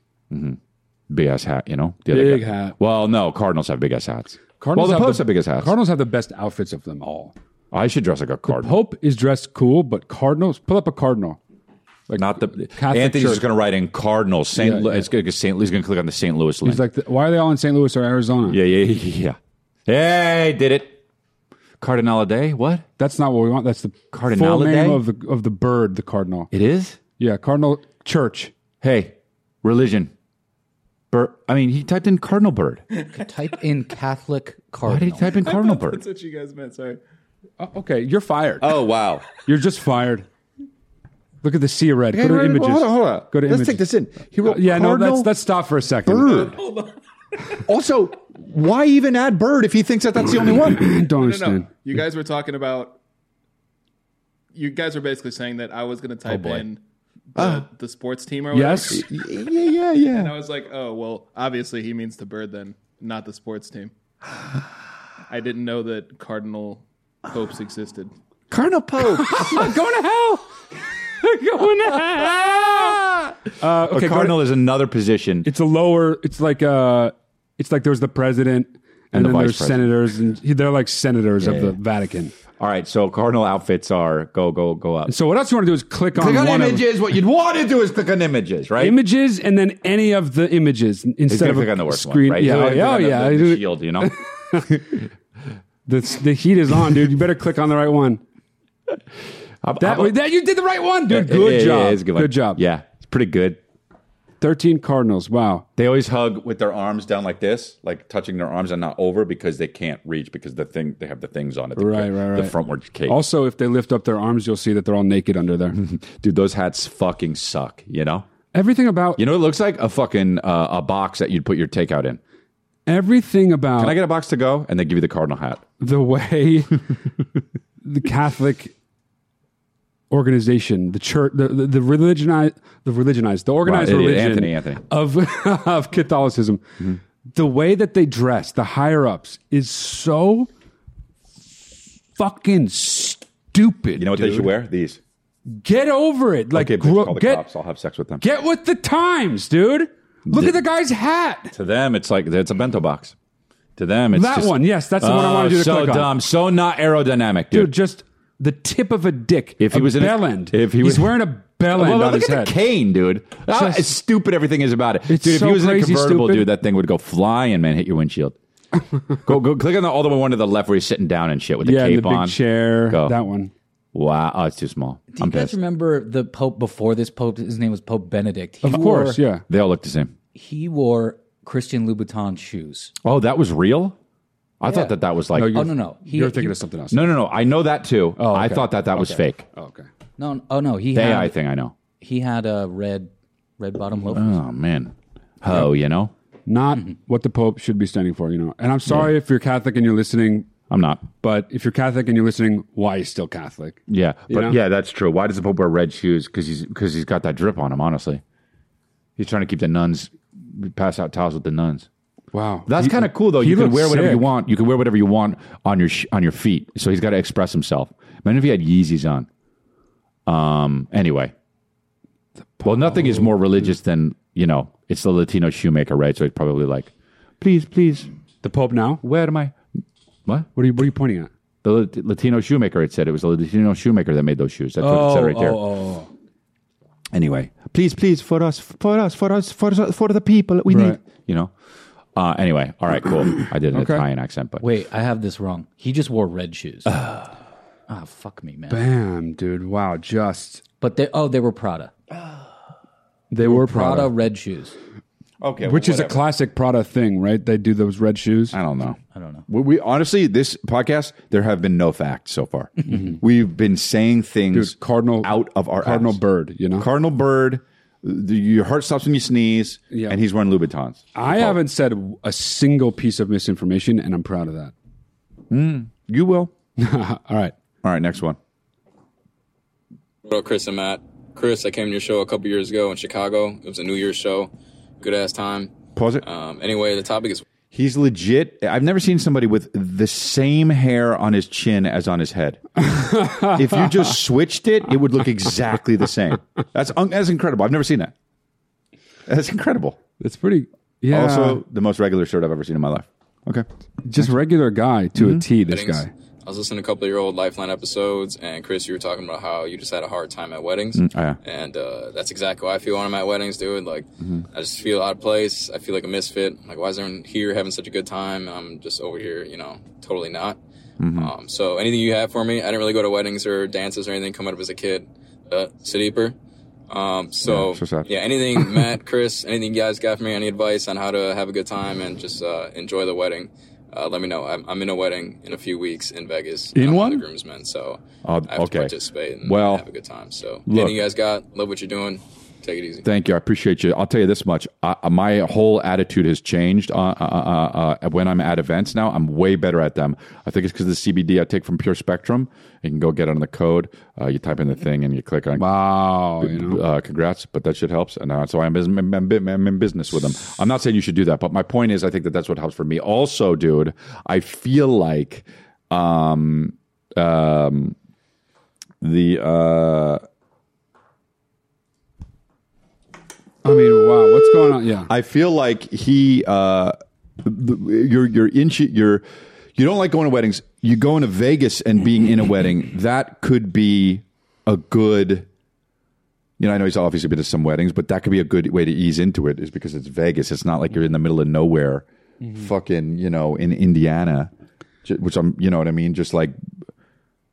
Speaker 1: Big ass hat, you know? The other
Speaker 2: Big
Speaker 1: guy-
Speaker 2: hat.
Speaker 1: Well, no, Cardinals have big ass hats.
Speaker 2: Cardinals
Speaker 1: well, the
Speaker 2: have
Speaker 1: Popes
Speaker 2: the-
Speaker 1: have big ass hats.
Speaker 2: Cardinals have the best outfits of them all.
Speaker 1: I should dress like a Cardinal.
Speaker 2: Pope is dressed cool, but Cardinals. Pull up a Cardinal.
Speaker 1: Not the
Speaker 2: Catholic
Speaker 1: Anthony's
Speaker 2: Church.
Speaker 1: just going to write in Cardinals. Saint
Speaker 2: Yeah,
Speaker 1: Lu-
Speaker 2: yeah.
Speaker 1: it's going to Saint. He's going to click on the Saint Louis link.
Speaker 2: He's like, the, why are they all in St. Louis or Arizona?
Speaker 1: yeah, yeah, yeah, yeah. Hey, did it? Cardinal a day? What?
Speaker 2: That's not what we want. That's the full
Speaker 1: Cardinalidae?
Speaker 2: name of the of the bird, the cardinal.
Speaker 1: It is.
Speaker 2: Yeah, Cardinal Church.
Speaker 1: Hey, religion. Bird. I mean, he typed in Cardinal bird.
Speaker 3: Type in Catholic
Speaker 1: Why did he
Speaker 3: cardinal.
Speaker 1: type in Cardinal bird?
Speaker 5: That's what you guys meant. Sorry.
Speaker 2: Oh, okay, you're fired.
Speaker 1: Oh wow.
Speaker 2: You're just fired. Look at the sea of red. Go to
Speaker 1: Hey, wait,
Speaker 2: images.
Speaker 1: Hold on, hold on.
Speaker 2: Go to images.
Speaker 1: Let's
Speaker 2: Uh,
Speaker 1: take this in. He wrote
Speaker 2: Yeah, no,
Speaker 1: Cardinal
Speaker 2: let's, let's stop for a second.
Speaker 1: bird. also, why even add bird if he thinks that that's the only one?
Speaker 2: Don't
Speaker 5: No, no,
Speaker 2: understand.
Speaker 5: no. You guys were talking about. You guys were basically saying that I was going to type
Speaker 1: boy.
Speaker 5: in the, the sports team or whatever.
Speaker 2: Yes,
Speaker 1: yeah, yeah, yeah.
Speaker 5: And I was like, oh, well, obviously he means the bird then, not the sports team. I didn't know that Cardinal popes existed.
Speaker 1: Cardinal
Speaker 2: going
Speaker 1: Pope.
Speaker 2: to hell. going to hell. Uh, okay,
Speaker 1: a
Speaker 2: go to-
Speaker 1: cardinal is another position.
Speaker 2: it's a lower. It's like uh, it's like there's the president, and,
Speaker 1: the
Speaker 2: then
Speaker 1: vice
Speaker 2: there's
Speaker 1: president.
Speaker 2: senators, and they're like senators of
Speaker 1: Yeah,
Speaker 2: the
Speaker 1: yeah.
Speaker 2: Vatican.
Speaker 1: All right, so cardinal outfits are go, go, go up.
Speaker 2: So what else you want to do is click,
Speaker 1: Click on
Speaker 2: one of-
Speaker 1: images. What you'd want to do is click on images, right?
Speaker 2: images and then any of the images instead
Speaker 1: Instead
Speaker 2: of
Speaker 1: click
Speaker 2: a
Speaker 1: on the worst
Speaker 2: screen.
Speaker 1: one, right?
Speaker 2: Yeah,
Speaker 1: So
Speaker 2: oh,
Speaker 1: click on the-
Speaker 2: yeah.
Speaker 1: the, the
Speaker 2: The,
Speaker 1: shield, you know.
Speaker 2: the heat is on, dude. You better click on the right one.
Speaker 1: I'm-
Speaker 2: That
Speaker 1: I'm-
Speaker 2: way, that you did the right one, dude.
Speaker 1: Yeah, yeah,
Speaker 2: Good
Speaker 1: yeah,
Speaker 2: job.
Speaker 1: it's a
Speaker 2: good,
Speaker 1: one.
Speaker 2: job.
Speaker 1: Yeah, it's pretty good.
Speaker 2: Thirteen Cardinals. Wow.
Speaker 1: They always hug with their arms down like this, like touching their arms and not over because they can't reach because the thing they have the things on it. The,
Speaker 2: Right, right, right.
Speaker 1: The frontward cape.
Speaker 2: Also, if they lift up their arms, you'll see that they're all naked under there.
Speaker 1: Dude, those hats fucking suck. You know.
Speaker 2: everything about
Speaker 1: You know, it looks like a fucking uh, a box that you'd put your takeout in.
Speaker 2: everything
Speaker 1: Can I
Speaker 2: about
Speaker 1: get a box to go? And they give you the cardinal hat.
Speaker 2: the way the Catholic organization, the church, the the, the religionized, the religionized, the organized
Speaker 1: Wow, idiot.
Speaker 2: religion,
Speaker 1: Anthony, Anthony. Mm-hmm.
Speaker 2: of of Catholicism, the way that they dress, the higher ups, is so fucking stupid.
Speaker 1: You know what they should wear? These.
Speaker 2: Get over it. Like
Speaker 1: Okay, bitch,
Speaker 2: gro-
Speaker 1: call the
Speaker 2: get
Speaker 1: cops. I'll have sex with them.
Speaker 2: get with the times, dude. Look at the guy's hat.
Speaker 1: to them, it's like it's a bento box. To them, it's
Speaker 2: That
Speaker 1: just-
Speaker 2: one, yes, that's the one I
Speaker 1: Oh,
Speaker 2: wanted you to
Speaker 1: so
Speaker 2: click on.
Speaker 1: dumb, so not aerodynamic, dude.
Speaker 2: Dude, just the tip of a dick.
Speaker 1: If he
Speaker 2: a
Speaker 1: was in a-
Speaker 2: bell end,
Speaker 1: if he was-
Speaker 2: he's wearing a bell
Speaker 1: Well,
Speaker 2: end
Speaker 1: well,
Speaker 2: on
Speaker 1: look
Speaker 2: his head.
Speaker 1: at the cane, dude. How
Speaker 2: Just-
Speaker 1: stupid everything is about it,
Speaker 2: It's
Speaker 1: dude. If
Speaker 2: so
Speaker 1: he was in a
Speaker 2: crazy
Speaker 1: convertible,
Speaker 2: stupid.
Speaker 1: dude, that thing would go flying, man. Hit your windshield. go, go, click on the all the way one to the left where he's sitting down and shit with the
Speaker 2: yeah, in
Speaker 1: cape
Speaker 2: the big
Speaker 1: on.
Speaker 2: chair.
Speaker 1: Go.
Speaker 2: That one.
Speaker 1: Wow, oh, it's too small.
Speaker 3: Do
Speaker 1: I'm
Speaker 3: you guys
Speaker 1: pissed.
Speaker 3: remember the Pope before this Pope? His name was Pope Benedict. He
Speaker 2: Of course, yeah.
Speaker 1: They all look the same.
Speaker 3: He wore Christian Louboutin shoes.
Speaker 1: Oh, that was real. I thought that that was like
Speaker 3: Oh no, no, he,
Speaker 2: You're thinking
Speaker 3: he-
Speaker 2: of something else.
Speaker 1: No, no, no. I know that too.
Speaker 2: okay.
Speaker 1: I thought that that was fake.
Speaker 2: Oh, okay.
Speaker 3: no, oh no, he
Speaker 1: The
Speaker 3: had
Speaker 1: AI thing I know.
Speaker 3: he had a red red bottom loafers.
Speaker 1: Oh man. Oh, you know?
Speaker 2: Not what the Pope should be standing for, you know. And I'm sorry if you're Catholic and you're listening,
Speaker 1: I'm not.
Speaker 2: but if you're Catholic and you're listening, why are you still Catholic?
Speaker 1: Yeah, but
Speaker 2: know?
Speaker 1: yeah, that's true. Why does the Pope wear red shoes? Because he's because he's got that drip on him. Honestly, he's trying to keep the nuns pass out towels with the nuns.
Speaker 2: Wow.
Speaker 1: That's
Speaker 2: He-
Speaker 1: kind of cool though.
Speaker 2: he
Speaker 1: You can
Speaker 2: looks
Speaker 1: wear whatever you
Speaker 2: sick.
Speaker 1: want. You can wear whatever you want on your sh- on your feet. So he's got to express himself. Imagine if he had Yeezys on. Um. Anyway, well, nothing is more religious than you know. It's the Latino shoemaker, right? So he's probably like, please, please,
Speaker 2: The Pope now?
Speaker 1: where am I? What?
Speaker 2: What are you, what are you pointing at?
Speaker 1: The Lat- Latino shoemaker. It said it was the Latino shoemaker that made those shoes. That's what it said right there.
Speaker 3: oh,
Speaker 1: Anyway, please, please, for us, for us, for us, for us, for the people that we
Speaker 2: Right.
Speaker 1: need. You know. Uh, anyway, all right, cool. I did an
Speaker 2: Okay.
Speaker 1: Italian accent, but
Speaker 3: wait, I have this wrong. He just wore red shoes. Ah, fuck me, man.
Speaker 2: Bam, dude. Wow, just.
Speaker 3: but they oh, they were Prada.
Speaker 2: They were
Speaker 3: Prada,
Speaker 2: Prada,
Speaker 3: red shoes.
Speaker 1: okay,
Speaker 2: which is a classic Prada thing, right? They do those red shoes.
Speaker 1: I don't know.
Speaker 3: I don't know.
Speaker 1: We, we honestly, this podcast, there have been no facts so far. We've been saying things
Speaker 2: Mm-hmm. Dude, Cardinal
Speaker 1: out of our
Speaker 2: Cardinal
Speaker 1: ass.
Speaker 2: Bird, you know?
Speaker 1: Cardinal Bird, the- your heart stops when you sneeze,
Speaker 2: Yeah.
Speaker 1: and he's wearing Louboutins.
Speaker 2: I haven't said a single piece of misinformation, and I'm proud of that.
Speaker 1: You will.
Speaker 2: All right.
Speaker 1: All right, next one.
Speaker 6: What up, Chris and Matt? Chris, I came to your show a couple years ago in Chicago. It was a New Year's show. Good ass time.
Speaker 1: Pause it.
Speaker 6: Um, anyway, the topic is
Speaker 1: He's legit. I've never seen somebody with the same hair on his chin as on his head. if you just switched it, it would look exactly the same. That's un- that's incredible. I've never seen that. That's incredible.
Speaker 2: That's pretty. Yeah.
Speaker 1: Also, the most regular shirt I've ever seen in my life. Okay.
Speaker 2: just regular guy to
Speaker 1: Mm-hmm.
Speaker 2: a T. This
Speaker 6: weddings.
Speaker 2: guy.
Speaker 6: I was listening to a couple of your old Lifeline episodes, and Chris, you were talking about how you just had a hard time at weddings.
Speaker 2: Mm, oh,
Speaker 1: yeah.
Speaker 6: And uh, that's exactly how I feel when I'm at weddings, dude. Like,
Speaker 2: Mm-hmm.
Speaker 6: I just feel out of place. I feel like a misfit. Like, why is everyone here having such a good time? I'm just over here, you know, totally not.
Speaker 1: Mm-hmm.
Speaker 6: Um, so, anything you have for me? I didn't really go to weddings or dances or anything coming up as a kid, uh, Sadeeper. Um, so,
Speaker 1: Yeah, so sad.
Speaker 6: yeah, anything, Matt, Chris, anything you guys got for me, any advice on how to have a good time and just uh, enjoy the wedding, uh, let me know. I'm, I'm in a wedding in a few weeks in Vegas.
Speaker 1: In
Speaker 6: I'm
Speaker 1: one?
Speaker 6: The groomsmen, so
Speaker 1: Oh,
Speaker 6: I have
Speaker 1: okay.
Speaker 6: to participate and
Speaker 1: Well,
Speaker 6: have a good time. So
Speaker 1: look.
Speaker 6: anything you guys got, love what you're doing. Take it easy.
Speaker 1: Thank you. I appreciate you. I'll tell you this much. I, my whole attitude has changed uh, uh, uh, uh, when I'm at events now. I'm way better at them. I think it's because the CBD I take from Pure Spectrum. You can go get it on the code. Uh, you type in the thing and you click on
Speaker 2: Wow. You know.
Speaker 1: uh, congrats, but that shit helps, and uh, so I'm, bus- I'm, I'm- I'm in business with them. I'm not saying you should do that, but my point is, I think that that's what helps for me. Also, dude, I feel like um, um, the uh,
Speaker 2: I mean, wow. What's going on? Yeah.
Speaker 1: I feel like he uh, th- you're you're inchi- you're you don't like going to weddings. You go into Vegas and being in a wedding that could be a good. You know, I know he's obviously been to some weddings, but that could be a good way to ease into it. Is because it's Vegas. It's not like you're in the middle of nowhere, fucking you know, in Indiana, ju- which I'm you know what I mean. Just like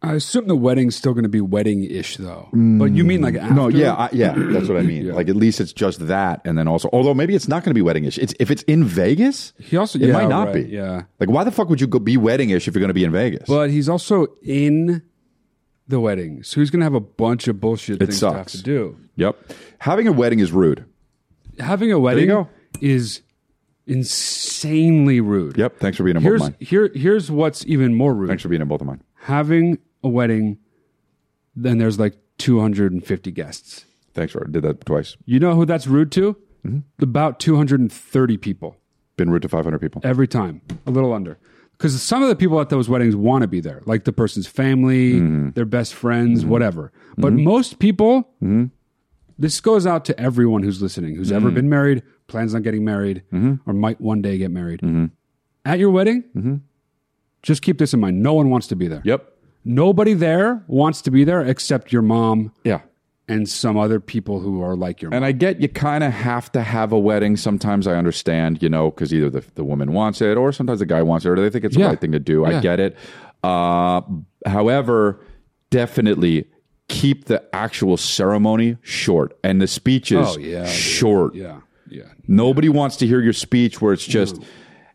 Speaker 2: I assume the wedding's still going to be wedding-ish, though. But you mean like after?
Speaker 1: Mm, No, yeah, I, yeah, that's what I mean. Like at least it's just that, and then also, although maybe it's not going to be weddingish. It's if it's in Vegas,
Speaker 2: He also-
Speaker 1: it
Speaker 2: yeah,
Speaker 1: might not
Speaker 2: right,
Speaker 1: be.
Speaker 2: yeah.
Speaker 1: like why the fuck would you go be weddingish if you're going to be in Vegas?
Speaker 2: But he's also in the wedding, so he's going to have a bunch of bullshit things to have
Speaker 1: sucks.
Speaker 2: to do.
Speaker 1: yep, having a wedding is rude.
Speaker 2: Having a wedding
Speaker 1: go.
Speaker 2: is insanely rude.
Speaker 1: Yep, thanks for being in both of
Speaker 2: Here's
Speaker 1: mine.
Speaker 2: here here's what's even more rude.
Speaker 1: Thanks for being in both of mine.
Speaker 2: Having a wedding, then there's like 250 guests.
Speaker 1: Thanks for did that twice.
Speaker 2: You know who that's rude to?
Speaker 1: Mm-hmm.
Speaker 2: About 230 people.
Speaker 1: Been rude to 500 people.
Speaker 2: every time, a little under. Because some of the people at those weddings want to be there, like the person's family,
Speaker 1: Mm-hmm.
Speaker 2: their best friends, whatever. But most people,
Speaker 1: Mm-hmm.
Speaker 2: this goes out to everyone who's listening, who's ever been married, plans on getting married,
Speaker 1: Mm-hmm.
Speaker 2: or might one day get married. At your wedding, just keep this in mind. No one wants to be there.
Speaker 1: Yep.
Speaker 2: Nobody there wants to be there except your mom
Speaker 1: Yeah.
Speaker 2: and some other people who are like your mom.
Speaker 1: And I get you kind of have to have a wedding. Sometimes I understand, you know, because either the, the woman wants it or sometimes the guy wants it or they think it's the
Speaker 2: Yeah.
Speaker 1: right thing to do. I
Speaker 2: Yeah.
Speaker 1: get it. Uh, however, definitely keep the actual ceremony short and the speeches
Speaker 2: Oh, yeah, dude.
Speaker 1: short.
Speaker 2: yeah. Yeah.
Speaker 1: Nobody wants to hear your speech where it's just.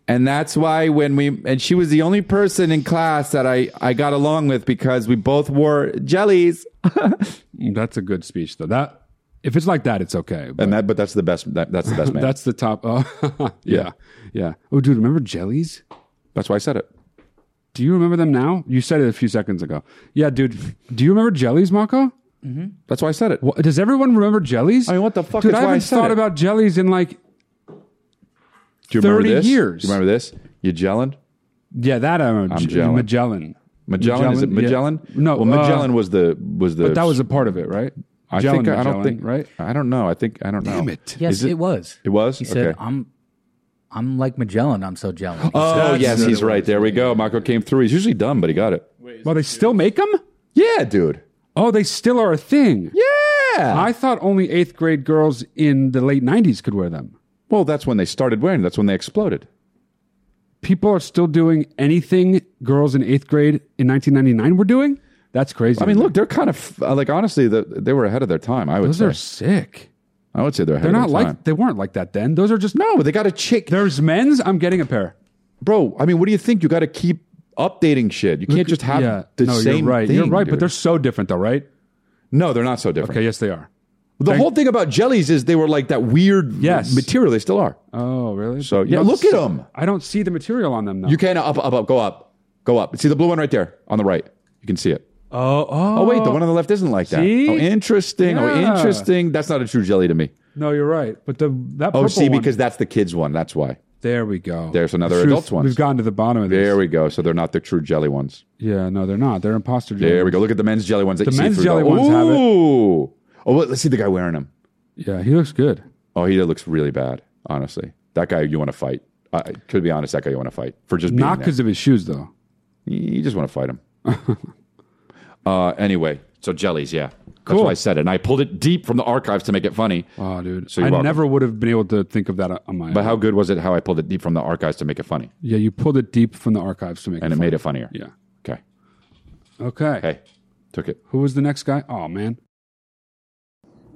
Speaker 1: And that's why when we and she was the only person in class that I I got along with because we both wore jellies.
Speaker 2: That's a good speech, though. That If it's like that, it's okay. but-
Speaker 1: And that, but that's the best. That, that's the best man.
Speaker 2: That's the top. Oh, yeah, yeah. Oh, dude, remember jellies?
Speaker 1: that's why I said it.
Speaker 2: Do you remember them now? You said it a few seconds ago. Yeah, dude. Do you remember jellies, Mako?
Speaker 1: That's why I said it.
Speaker 2: What, does everyone remember jellies? I
Speaker 1: mean, what the fuck
Speaker 2: Dude,
Speaker 1: is
Speaker 2: I
Speaker 1: why I
Speaker 2: haven't
Speaker 1: said
Speaker 2: thought
Speaker 1: it.
Speaker 2: about jellies in like
Speaker 1: Do you
Speaker 2: 30
Speaker 1: remember this?
Speaker 2: years.
Speaker 1: Do you remember this? Magellan?
Speaker 2: yeah that. I remember. J-
Speaker 1: Magellan.
Speaker 2: Magellan.
Speaker 1: Magellan, is it
Speaker 2: Magellan, yeah.
Speaker 1: Magellan?
Speaker 2: No,
Speaker 1: Well,
Speaker 2: uh,
Speaker 1: Magellan was the was the
Speaker 2: That was a part of it, right?
Speaker 1: I
Speaker 2: Magellan,
Speaker 1: think I don't
Speaker 2: Magellan,
Speaker 1: think
Speaker 2: right.
Speaker 1: I don't know. I think I don't know.
Speaker 2: Damn it.
Speaker 3: Yes,
Speaker 1: Is
Speaker 3: it, was.
Speaker 1: It was?
Speaker 3: He said,
Speaker 1: Okay.
Speaker 3: "I'm, I'm like Magellan. I'm so jealous."
Speaker 1: Oh
Speaker 5: That's
Speaker 1: yes,
Speaker 5: the
Speaker 1: he's
Speaker 5: other
Speaker 1: right. There we go. Marco came through. He's usually dumb, but he got it.
Speaker 2: Well, they still make them.
Speaker 1: Yeah, dude.
Speaker 2: Oh, they still are a thing.
Speaker 1: Yeah.
Speaker 2: I thought only eighth grade girls in the late '90s could wear them.
Speaker 1: well, that's when they started wearing. it. That's when they exploded.
Speaker 2: people are still doing anything girls in eighth grade in 1999 were doing. That's crazy.
Speaker 1: I mean, look, they're kind of uh, like honestly, the, they were ahead of their time. I would
Speaker 2: those
Speaker 1: say.
Speaker 2: are sick.
Speaker 1: I would say they're
Speaker 2: They're
Speaker 1: ahead of
Speaker 2: not
Speaker 1: their time.
Speaker 2: like they weren't like that then. Those are just
Speaker 1: no, they got a chick.
Speaker 2: There's men's. I'm getting a pair.
Speaker 1: bro. I mean, what do you think? You got to keep updating shit. You can't just have the
Speaker 2: no, you're
Speaker 1: same
Speaker 2: right.
Speaker 1: thing.
Speaker 2: you're right, but
Speaker 1: dude.
Speaker 2: they're so different though, right?
Speaker 1: no, they're not so different.
Speaker 2: Okay, yes, they are.
Speaker 1: The whole thing about jellies is they were like that weird
Speaker 2: Yes.
Speaker 1: material. They still are.
Speaker 2: Oh, really?
Speaker 1: So, yeah,
Speaker 2: I don't
Speaker 1: look at
Speaker 2: see-
Speaker 1: 'em.
Speaker 2: I don't see the material on them though.
Speaker 1: You can up, up, up, go up, go up. See the blue one right there on the right. You can see it.
Speaker 2: oh, oh,
Speaker 1: Oh wait, the one on the left isn't like that.
Speaker 2: See?
Speaker 1: Oh, interesting.
Speaker 2: Yeah.
Speaker 1: Oh, interesting. That's not a true jelly to me.
Speaker 2: No, you're right. But the that
Speaker 1: Oh,
Speaker 2: purple
Speaker 1: see,
Speaker 2: one-
Speaker 1: because that's the kids one. That's why.
Speaker 2: there we go.
Speaker 1: There's another
Speaker 2: Truth-
Speaker 1: adults ones.
Speaker 2: We've gotten to the bottom of this.
Speaker 1: There we go. So they're not the true jelly ones.
Speaker 2: yeah, no, they're not. They're imposter.
Speaker 1: There
Speaker 2: jellies.
Speaker 1: we go. Look at the men's jelly ones. That
Speaker 2: The
Speaker 1: you see
Speaker 2: men's
Speaker 1: through,
Speaker 2: jelly
Speaker 1: though.
Speaker 2: ones have it.
Speaker 1: Ooh. Oh, well, let's see the guy wearing them.
Speaker 2: Yeah, he looks good.
Speaker 1: Oh, he looks really bad. Honestly, that guy you want to fight. I I- to be honest, that guy you want to fight for just being
Speaker 2: Not
Speaker 1: there.
Speaker 2: because of his shoes though.
Speaker 1: You just want to fight him. uh, anyway, so jellies, yeah. That's
Speaker 2: Cool.
Speaker 1: why I said it. And I pulled it deep from the archives to make it funny.
Speaker 2: Oh, dude.
Speaker 1: So you're
Speaker 2: I
Speaker 1: welcome.
Speaker 2: never would have been able to think of that on my.
Speaker 1: But how good was it how I pulled it deep from the archives to make it funny?
Speaker 2: yeah, you pulled it deep from the archives to make
Speaker 1: And
Speaker 2: it.
Speaker 1: it
Speaker 2: funny.
Speaker 1: made it funnier.
Speaker 2: Yeah.
Speaker 1: Okay.
Speaker 2: Okay.
Speaker 1: Hey, took it.
Speaker 2: Who was the next guy? Oh man.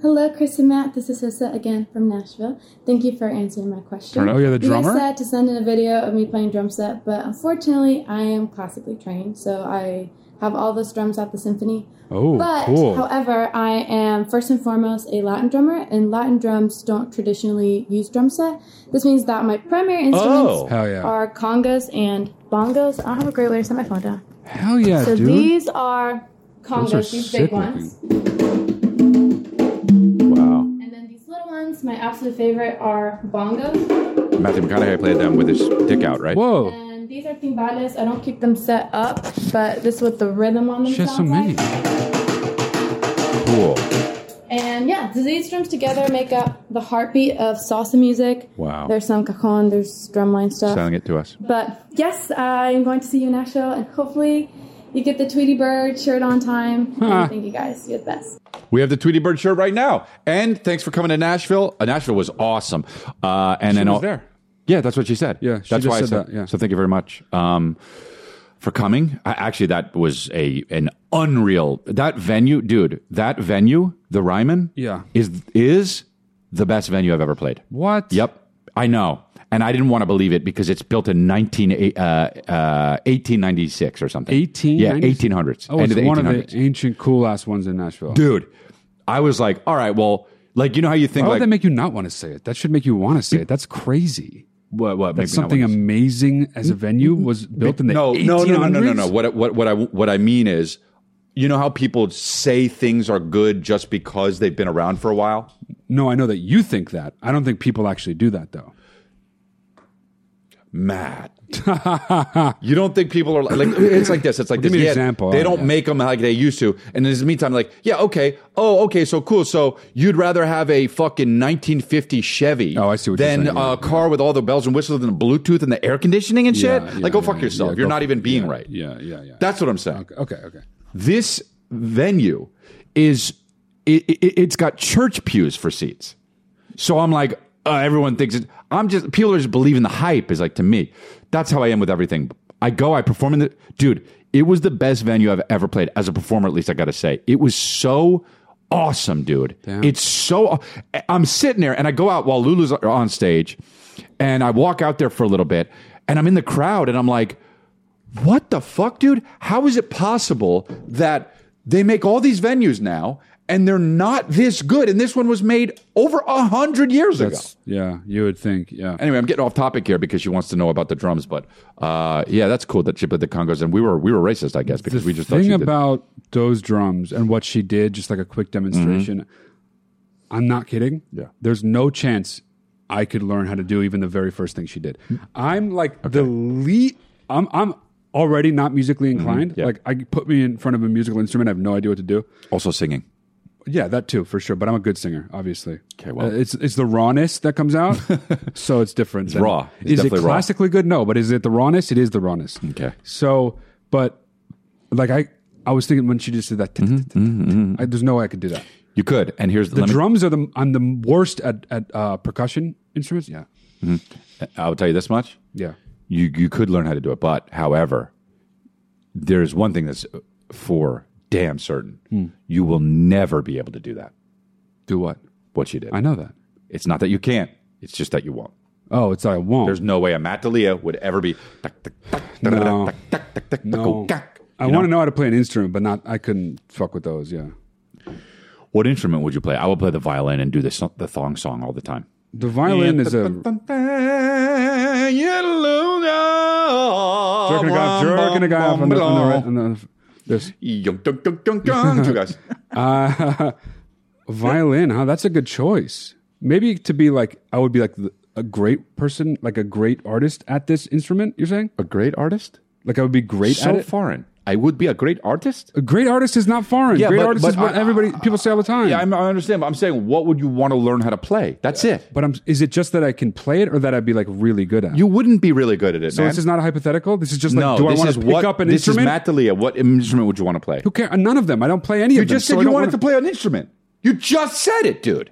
Speaker 7: Hello, Chris and Matt. This is Hissa again from Nashville. Thank you for answering my question.
Speaker 1: Turn up.
Speaker 2: Oh yeah, the
Speaker 7: You guys
Speaker 2: drummer.
Speaker 7: said to send in a video of me playing drum set, but unfortunately, I am classically trained, so I have all those drums at the symphony.
Speaker 2: Oh,
Speaker 7: but,
Speaker 2: cool.
Speaker 7: however, I am first and foremost a Latin drummer, and Latin drums don't traditionally use drum set. This means that my primary instruments
Speaker 2: Oh. Hell yeah.
Speaker 7: are congas and bongos. I don't have a great way to set my phone down.
Speaker 2: Hell yeah,
Speaker 7: So
Speaker 2: dude.
Speaker 7: these are congas,
Speaker 2: are
Speaker 7: these
Speaker 2: sick
Speaker 7: big
Speaker 2: looking.
Speaker 7: ones.
Speaker 1: Wow.
Speaker 7: And then these little ones, my absolute favorite, are bongos.
Speaker 1: Matthew McConaughey played them with his dick out, right?
Speaker 2: Whoa.
Speaker 7: And these are timbales. I don't keep them set up, but this is what the rhythm on them
Speaker 2: She has
Speaker 7: sounds
Speaker 2: so many.
Speaker 7: like.
Speaker 1: Cool.
Speaker 7: And yeah, so these drums together make up the heartbeat of salsa music.
Speaker 1: Wow.
Speaker 7: There's some cajon, there's drumline stuff.
Speaker 1: Selling it to us.
Speaker 7: But yes, I am going to see you in Nashville, and hopefully you get the Tweety Bird shirt on time.
Speaker 2: Huh.
Speaker 7: And thank you guys. You're the best.
Speaker 1: We have the Tweety Bird shirt right now. And thanks for coming to Nashville. Uh, Nashville was awesome. Uh, and then
Speaker 2: was
Speaker 1: all-
Speaker 2: there.
Speaker 1: Yeah, that's what she said.
Speaker 2: Yeah, she
Speaker 1: that's
Speaker 2: just
Speaker 1: why
Speaker 2: said
Speaker 1: I said
Speaker 2: that, yeah.
Speaker 1: So thank you very much um, for coming. I, actually, that was a an unreal that venue, dude. That venue, the Ryman,
Speaker 2: Yeah.
Speaker 1: is is the best venue I've ever played.
Speaker 2: What?
Speaker 1: Yep, I know. And I didn't want to believe it because it's built in 19, uh, uh, 1896 or something.
Speaker 2: 1896?
Speaker 1: Yeah, 1800s.
Speaker 2: Oh,
Speaker 1: end
Speaker 2: it's
Speaker 1: of the
Speaker 2: one of
Speaker 1: 1800s.
Speaker 2: the ancient cool ass ones in Nashville.
Speaker 1: Dude, I was like, all right, well, like, you know how you think,
Speaker 2: Why
Speaker 1: like,
Speaker 2: would Oh, that make you not want to say it? That should make you want to say it. That's crazy.
Speaker 1: what, what,
Speaker 2: That
Speaker 1: maybe not
Speaker 2: something
Speaker 1: what it is.
Speaker 2: amazing as a venue was built in the
Speaker 1: no,
Speaker 2: 1800s.
Speaker 1: no, no, no, no, no, no. What, what, what I, what I mean is, you know how people say things are good just because they've been around for a while.
Speaker 2: No, I know that you think that. I don't think people actually do that though.
Speaker 1: Matt, you don't think people are like, it's like this. It's like
Speaker 2: Give
Speaker 1: this.
Speaker 2: me an
Speaker 1: Yeah,
Speaker 2: example.
Speaker 1: They
Speaker 2: Oh,
Speaker 1: don't
Speaker 2: yeah.
Speaker 1: make them like they used to. And in the meantime, like, yeah, okay. Oh, okay. So cool. So you'd rather have a fucking 1950 Chevy.
Speaker 2: Oh, I see what you're
Speaker 1: than
Speaker 2: saying,
Speaker 1: a
Speaker 2: yeah.
Speaker 1: car with all the bells and whistles and the Bluetooth and the air conditioning and shit.
Speaker 2: Yeah,
Speaker 1: like,
Speaker 2: yeah,
Speaker 1: go fuck
Speaker 2: yeah,
Speaker 1: yourself.
Speaker 2: yeah,
Speaker 1: You're
Speaker 2: go
Speaker 1: not
Speaker 2: fuck-
Speaker 1: even being
Speaker 2: yeah,
Speaker 1: right.
Speaker 2: Yeah, yeah, yeah.
Speaker 1: That's what I'm saying.
Speaker 2: okay, okay.
Speaker 1: this venue is it, it, it's got church pews for seats. So I'm like, uh, everyone thinks it. I'm just people are just believing the hype is like to me. That's how I am with everything. I go, I perform in the dude. It was the best venue I've ever played as a performer. At least I got to say, it was so awesome, dude. It's so. I'm sitting there and I go out while Lulu's on stage, and I walk out there for a little bit, and I'm in the crowd, and I'm like what the fuck, dude? How is it possible that they make all these venues now and they're not this good? And this one was made over a hundred years ago.
Speaker 2: That's, yeah, you would think. Yeah.
Speaker 1: Anyway, I'm getting off topic here because she wants to know about the drums, but uh, yeah, that's cool that she played the congos, and we were we were racist, I guess, because we just thought she
Speaker 2: thing
Speaker 1: did.
Speaker 2: about those drums and what she did, just like a quick demonstration. I'm not kidding.
Speaker 1: Mm-hmm. Yeah.
Speaker 2: There's no chance I could learn how to do even the very first thing she did.
Speaker 1: Mm.
Speaker 2: I'm like the lead. I'm I'm already not musically inclined.
Speaker 1: Mm-hmm. yeah.
Speaker 2: Like I put me in front of a musical instrument, I have no idea what to do.
Speaker 1: also singing.
Speaker 2: Yeah, that too for sure. But I'm a good singer, obviously.
Speaker 1: Okay, well.
Speaker 2: Uh, it's it's the rawness that comes out, so it's different. It's
Speaker 1: raw.
Speaker 2: is
Speaker 1: It's
Speaker 2: it
Speaker 1: definitely raw.
Speaker 2: classically good? No, but is it the rawness? It is the rawness.
Speaker 1: Okay.
Speaker 2: So, but like I, I was thinking when she just did that. I- There's no way I could do that.
Speaker 1: You could, and here's
Speaker 2: The
Speaker 1: Mm-hmm, let me-
Speaker 2: drums are the I'm the worst at at uh, percussion instruments. Yeah,
Speaker 1: I'll tell you this much:
Speaker 2: yeah.
Speaker 1: you you could learn how to do it, but however, there's one thing that's for damn certain: you will never be able to do that.
Speaker 2: Hmm. Do what?
Speaker 1: What she did,
Speaker 2: I know that.
Speaker 1: It's not that you can't. It's just that you won't.
Speaker 2: Oh, it's like I won't.
Speaker 1: There's no way a Matt D'Elia would ever be.
Speaker 2: No. No. I want to
Speaker 1: to.
Speaker 2: know how to play an instrument, but not. I couldn't fuck with those. Yeah.
Speaker 1: What instrument would you play? I would play the violin and do the, so- the thong song all the time.
Speaker 2: The violin is a jerking a guy, off- jerking a guy off on the, on the, right- on the this
Speaker 1: Two guys.
Speaker 2: uh, violin. Huh? That's a good choice. Maybe to be like I would be like the- a great person, like a great artist at this instrument. You're saying
Speaker 1: A great artist?
Speaker 2: like I would be great at
Speaker 1: So
Speaker 2: it.
Speaker 1: foreign. I would be a great artist?
Speaker 2: A great artist is not foreign.
Speaker 1: Yeah,
Speaker 2: great
Speaker 1: but-
Speaker 2: artist
Speaker 1: but
Speaker 2: is what
Speaker 1: I-
Speaker 2: everybody people say all the time.
Speaker 1: Yeah, I'm, I understand, but I'm saying, what would you want to learn how to play? That's it.
Speaker 2: but I'm, is it just that I can play it, or that I'd be like really good at? it?
Speaker 1: You wouldn't be really good at it,
Speaker 2: so
Speaker 1: man.
Speaker 2: this is not a hypothetical. This is just like,
Speaker 1: no,
Speaker 2: do I
Speaker 1: this
Speaker 2: want
Speaker 1: is
Speaker 2: to pick
Speaker 1: what,
Speaker 2: up an
Speaker 1: this
Speaker 2: instrument?
Speaker 1: is Matt D'Elia. What instrument would you want to play?
Speaker 2: Who care? Uh, None of them. I don't play any
Speaker 1: You
Speaker 2: of them.
Speaker 1: just said
Speaker 2: so I
Speaker 1: you
Speaker 2: don't
Speaker 1: wanted
Speaker 2: wanna-
Speaker 1: to play an instrument. You just said it, dude.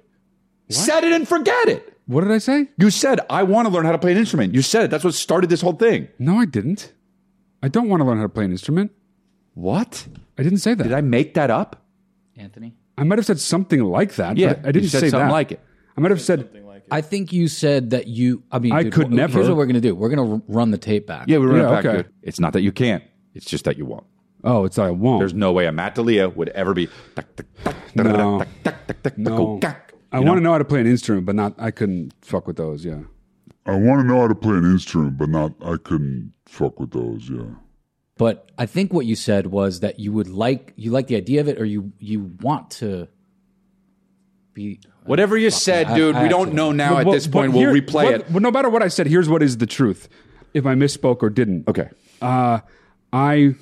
Speaker 1: Said it and forget it.
Speaker 2: What did I say?
Speaker 1: You said, I want to learn how to play an instrument. You said it. That's what started this whole thing.
Speaker 2: No, I didn't. I don't want to learn how to play an instrument.
Speaker 1: What?
Speaker 2: I didn't say that.
Speaker 1: Did I make that up?
Speaker 3: Anthony?
Speaker 2: I might have said something like that.
Speaker 1: Yeah,
Speaker 2: but I didn't
Speaker 1: you said
Speaker 2: say
Speaker 1: something
Speaker 2: that.
Speaker 1: like it.
Speaker 2: I might have said
Speaker 3: I think you said that you. I mean,
Speaker 2: I
Speaker 3: dude,
Speaker 2: could
Speaker 3: wh-
Speaker 2: never.
Speaker 3: Here's what we're gonna do. We're gonna r- run the tape back.
Speaker 1: Yeah, we run
Speaker 2: Yeah,
Speaker 1: it back,
Speaker 2: okay.
Speaker 1: dude. It's not that you can't. It's just that you won't.
Speaker 2: Oh, it's I won't.
Speaker 1: There's no way a Matt D'Elia would ever be.
Speaker 2: No. Oh.
Speaker 1: No.
Speaker 2: I want to know how to play an instrument, but not I couldn't fuck with those, yeah.
Speaker 8: I want to know how to play an instrument, but not I couldn't fuck with those. Yeah.
Speaker 3: But I think what you said was that you would like you like the idea of it, or you you want to be.
Speaker 1: Whatever you said,
Speaker 3: I-
Speaker 1: dude,
Speaker 3: I
Speaker 1: we don't
Speaker 3: actually-
Speaker 1: know now
Speaker 2: But-
Speaker 1: at
Speaker 2: but-
Speaker 1: this point.
Speaker 2: but
Speaker 1: We'll
Speaker 2: here-
Speaker 1: replay
Speaker 2: what-
Speaker 1: it.
Speaker 2: But no matter what I said, here's what is the truth. If I misspoke or didn't.
Speaker 1: Okay.
Speaker 2: Uh I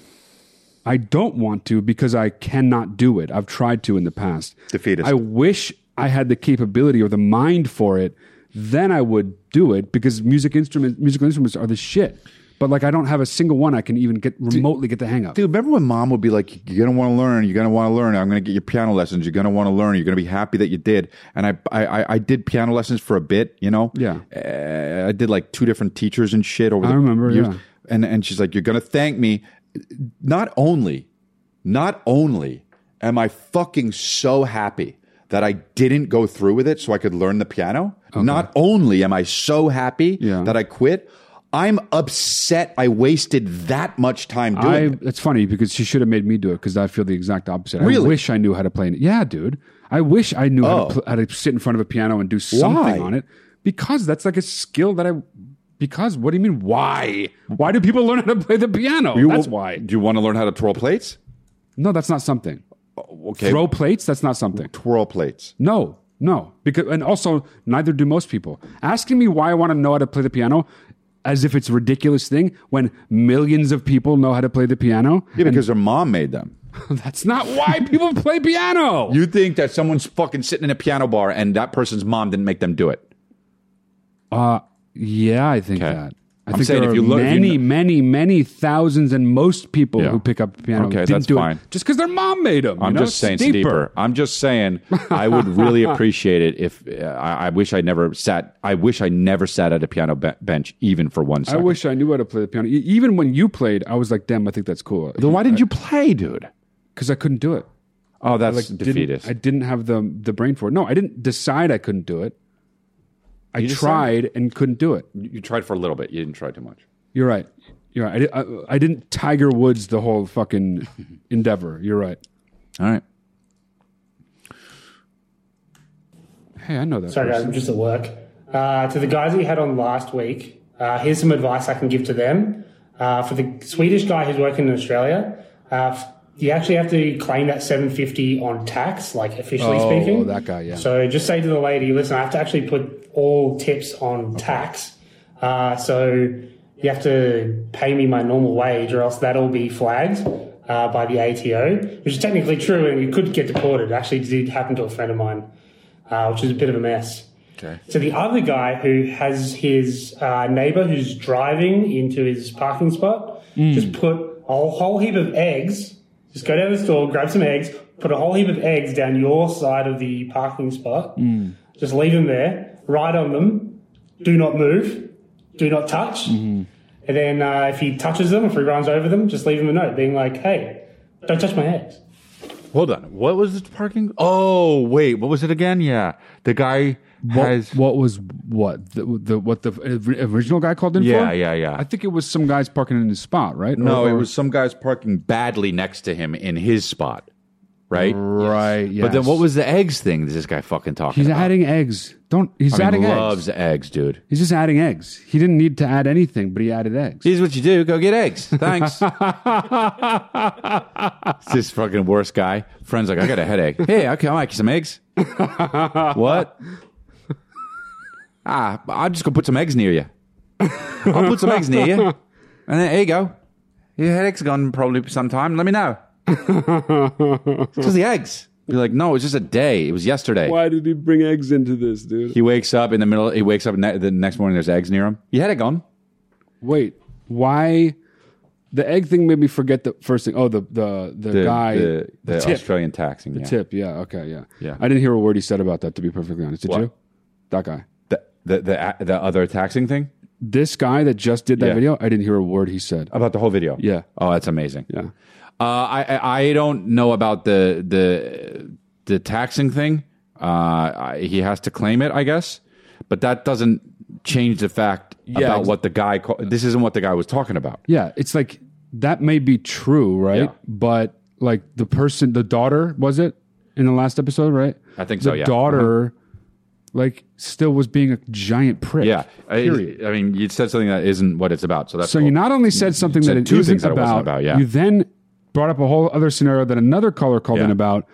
Speaker 2: I don't want to because I cannot do it. I've tried to in the past.
Speaker 1: Defeatist.
Speaker 2: I wish I had the capability or the mind for it. Then I would do it because music instrument musical instruments are the shit. But like I don't have a single one I can even get remotely get the hang of.
Speaker 1: Dude, remember when mom would be like, You're gonna wanna learn, you're gonna wanna learn, I'm gonna get your piano lessons, you're gonna wanna learn, you're gonna be happy that you did. And I I, I, I did piano lessons for a bit, you know?
Speaker 2: Yeah.
Speaker 1: Uh, I did like two different teachers and shit over
Speaker 2: I
Speaker 1: the
Speaker 2: remember,
Speaker 1: years.
Speaker 2: yeah.
Speaker 1: And and she's like, You're gonna thank me. Not only, not only am I fucking so happy that I didn't go through with it so I could learn the piano. Not only am I so happy
Speaker 2: Yeah.
Speaker 1: that I quit, I'm upset I wasted that much time doing
Speaker 2: I,
Speaker 1: it.
Speaker 2: It's funny because she should have made me do it because I feel the exact opposite. I
Speaker 1: Really?
Speaker 2: wish I knew how to play it. Yeah, dude. I wish I knew how,
Speaker 1: Oh.
Speaker 2: to pl- how to sit in front of a piano and do something
Speaker 1: Why?
Speaker 2: on it because that's like a skill that I. Because what do you mean? Why? Why do people learn how to play the piano?
Speaker 1: You
Speaker 2: that's
Speaker 1: wa-
Speaker 2: why.
Speaker 1: Do you want to learn how to twirl plates?
Speaker 2: No, that's not something.
Speaker 1: Okay.
Speaker 2: Throw plates. That's not something.
Speaker 1: twirl plates.
Speaker 2: No, no. Because and also neither do most people. Asking me why I want to know how to play the piano. As if it's a ridiculous thing when millions of people know how to play the piano.
Speaker 1: Yeah, because their mom made them.
Speaker 2: That's not why people play piano.
Speaker 1: You think that someone's fucking sitting in a piano bar and that person's mom didn't make them do it.
Speaker 2: Uh, yeah, I think
Speaker 1: Okay.
Speaker 2: that. I
Speaker 1: I'm
Speaker 2: think
Speaker 1: saying
Speaker 2: there
Speaker 1: if
Speaker 2: are
Speaker 1: you look- if you
Speaker 2: many,
Speaker 1: kn-
Speaker 2: many, many thousands and most people
Speaker 1: Yeah.
Speaker 2: who pick up the piano
Speaker 1: Okay,
Speaker 2: didn't
Speaker 1: that's
Speaker 2: do
Speaker 1: fine.
Speaker 2: it just because their mom made them.
Speaker 1: I'm just saying it's deeper. I'm just saying I would really appreciate it if uh, I, I wish I never sat. I wish I never sat at a piano be- bench even for one
Speaker 2: I
Speaker 1: second.
Speaker 2: wish I knew how to play the piano. E- Even when you played, I was like, "Damn, I think that's cool."
Speaker 1: then why didn't you play, dude?
Speaker 2: Because I couldn't do it.
Speaker 1: Oh, that's
Speaker 2: Like, didn't-
Speaker 1: defeatist.
Speaker 2: I didn't have the the brain for it. No, I didn't decide I couldn't do it. I tried and couldn't do it.
Speaker 1: you tried for a little bit. You didn't try too much.
Speaker 2: You're right. You're right. I, di- I, I didn't Tiger Woods the whole fucking endeavor. You're right.
Speaker 1: All right.
Speaker 2: Hey, I know that.
Speaker 9: Sorry, guys, I'm just at work. Uh, to the guys we had on last week, uh, here's some advice I can give to them. Uh, for the Swedish guy who's working in Australia, uh, f- you actually have to claim that 750 on tax, like officially
Speaker 2: Oh,
Speaker 9: speaking.
Speaker 2: that guy, yeah.
Speaker 9: So just say to the lady, listen, I have to actually put all tips on tax. Uh, so you have to pay me my normal wage, or else that'll be flagged. Uh, by the ATO, which is technically true, and you could get deported. It Actually, did happen to a friend of mine uh, which is a bit of a mess. Okay. So the other guy who has his uh, neighbor who's driving into his parking spot just put a whole heap of eggs. Just go down the store, grab some eggs, put a whole heap of eggs down your side of the parking spot.
Speaker 2: Hmm.
Speaker 9: Just leave them there. Write on them. Do not move. Do not touch. And then uh, if he touches them, if he runs over them, just leave him a note being like, "Hey, don't touch my eggs."
Speaker 1: Hold on. What was the parking? Oh, wait. What was it again? Yeah. The guy has.
Speaker 2: What, what was what the, the what the ori- original guy called in
Speaker 1: Yeah,
Speaker 2: for?
Speaker 1: yeah, yeah.
Speaker 2: I think it was some guys parking in his spot, right?
Speaker 1: No,
Speaker 2: Or-
Speaker 1: it
Speaker 2: or-
Speaker 1: was some guys parking badly next to him in his spot. right?
Speaker 2: Right. Yes.
Speaker 1: But then what was the eggs thing? This guy fucking talking.
Speaker 2: He's
Speaker 1: about?
Speaker 2: adding eggs. Don't. He's
Speaker 1: uh, I mean,
Speaker 2: adding
Speaker 1: loves
Speaker 2: eggs.
Speaker 1: eggs. dude.
Speaker 2: He's just adding eggs. He didn't need to add anything, but he added eggs.
Speaker 1: Here's what you do: go get eggs. Thanks. it's this fucking worst guy. Friends like, I got a headache. Hey, okay, I might get some eggs. what? Ah, I'm just gonna put some eggs near you. I'll put some eggs near you, and then there you go. Your headache's gone probably sometime. Let me know. it's because the eggs. You're like, no, it was just a day. It was yesterday.
Speaker 2: Why did he bring eggs into this, dude?
Speaker 1: He wakes up in the middle. He wakes up ne- the next morning. There's eggs near him. You had it gone.
Speaker 2: Wait. Why? The egg thing made me forget the first thing. Oh, the the the,
Speaker 1: The
Speaker 2: guy.
Speaker 1: the, the,
Speaker 2: tip.
Speaker 1: Australian taxing. yeah.
Speaker 2: Tip. Yeah. Okay. Yeah.
Speaker 1: Yeah.
Speaker 2: I didn't hear a word he said about that. To be perfectly honest, did
Speaker 1: What?
Speaker 2: you? That guy.
Speaker 1: The, the the the other taxing thing
Speaker 2: This guy that just did that
Speaker 1: Yeah.
Speaker 2: video. I didn't hear a word he said.
Speaker 1: about the whole video.
Speaker 2: Yeah.
Speaker 1: Oh, that's amazing.
Speaker 2: Yeah.
Speaker 1: Uh, I I- I don't know about the the the taxing thing. Uh, I, he has to claim it, I guess, but that doesn't change the fact about
Speaker 2: ex-
Speaker 1: what the guy. Call- this isn't what the guy was talking about.
Speaker 2: Yeah, it's like that may be true, right?
Speaker 1: Yeah.
Speaker 2: But like the person, the daughter, was it in the last episode, right?
Speaker 1: I think
Speaker 2: the
Speaker 1: so, yeah. Mm-hmm.
Speaker 2: daughter, like, still was being a giant prick.
Speaker 1: Yeah. I,
Speaker 2: period.
Speaker 1: I mean, you said something that isn't what it's about. So that's
Speaker 2: so
Speaker 1: cool.
Speaker 2: you not only said something
Speaker 1: said
Speaker 2: that it
Speaker 1: two
Speaker 2: isn't
Speaker 1: things that it wasn't about, yeah.
Speaker 2: you then brought up a whole other scenario that another caller called
Speaker 1: Yeah.
Speaker 2: in about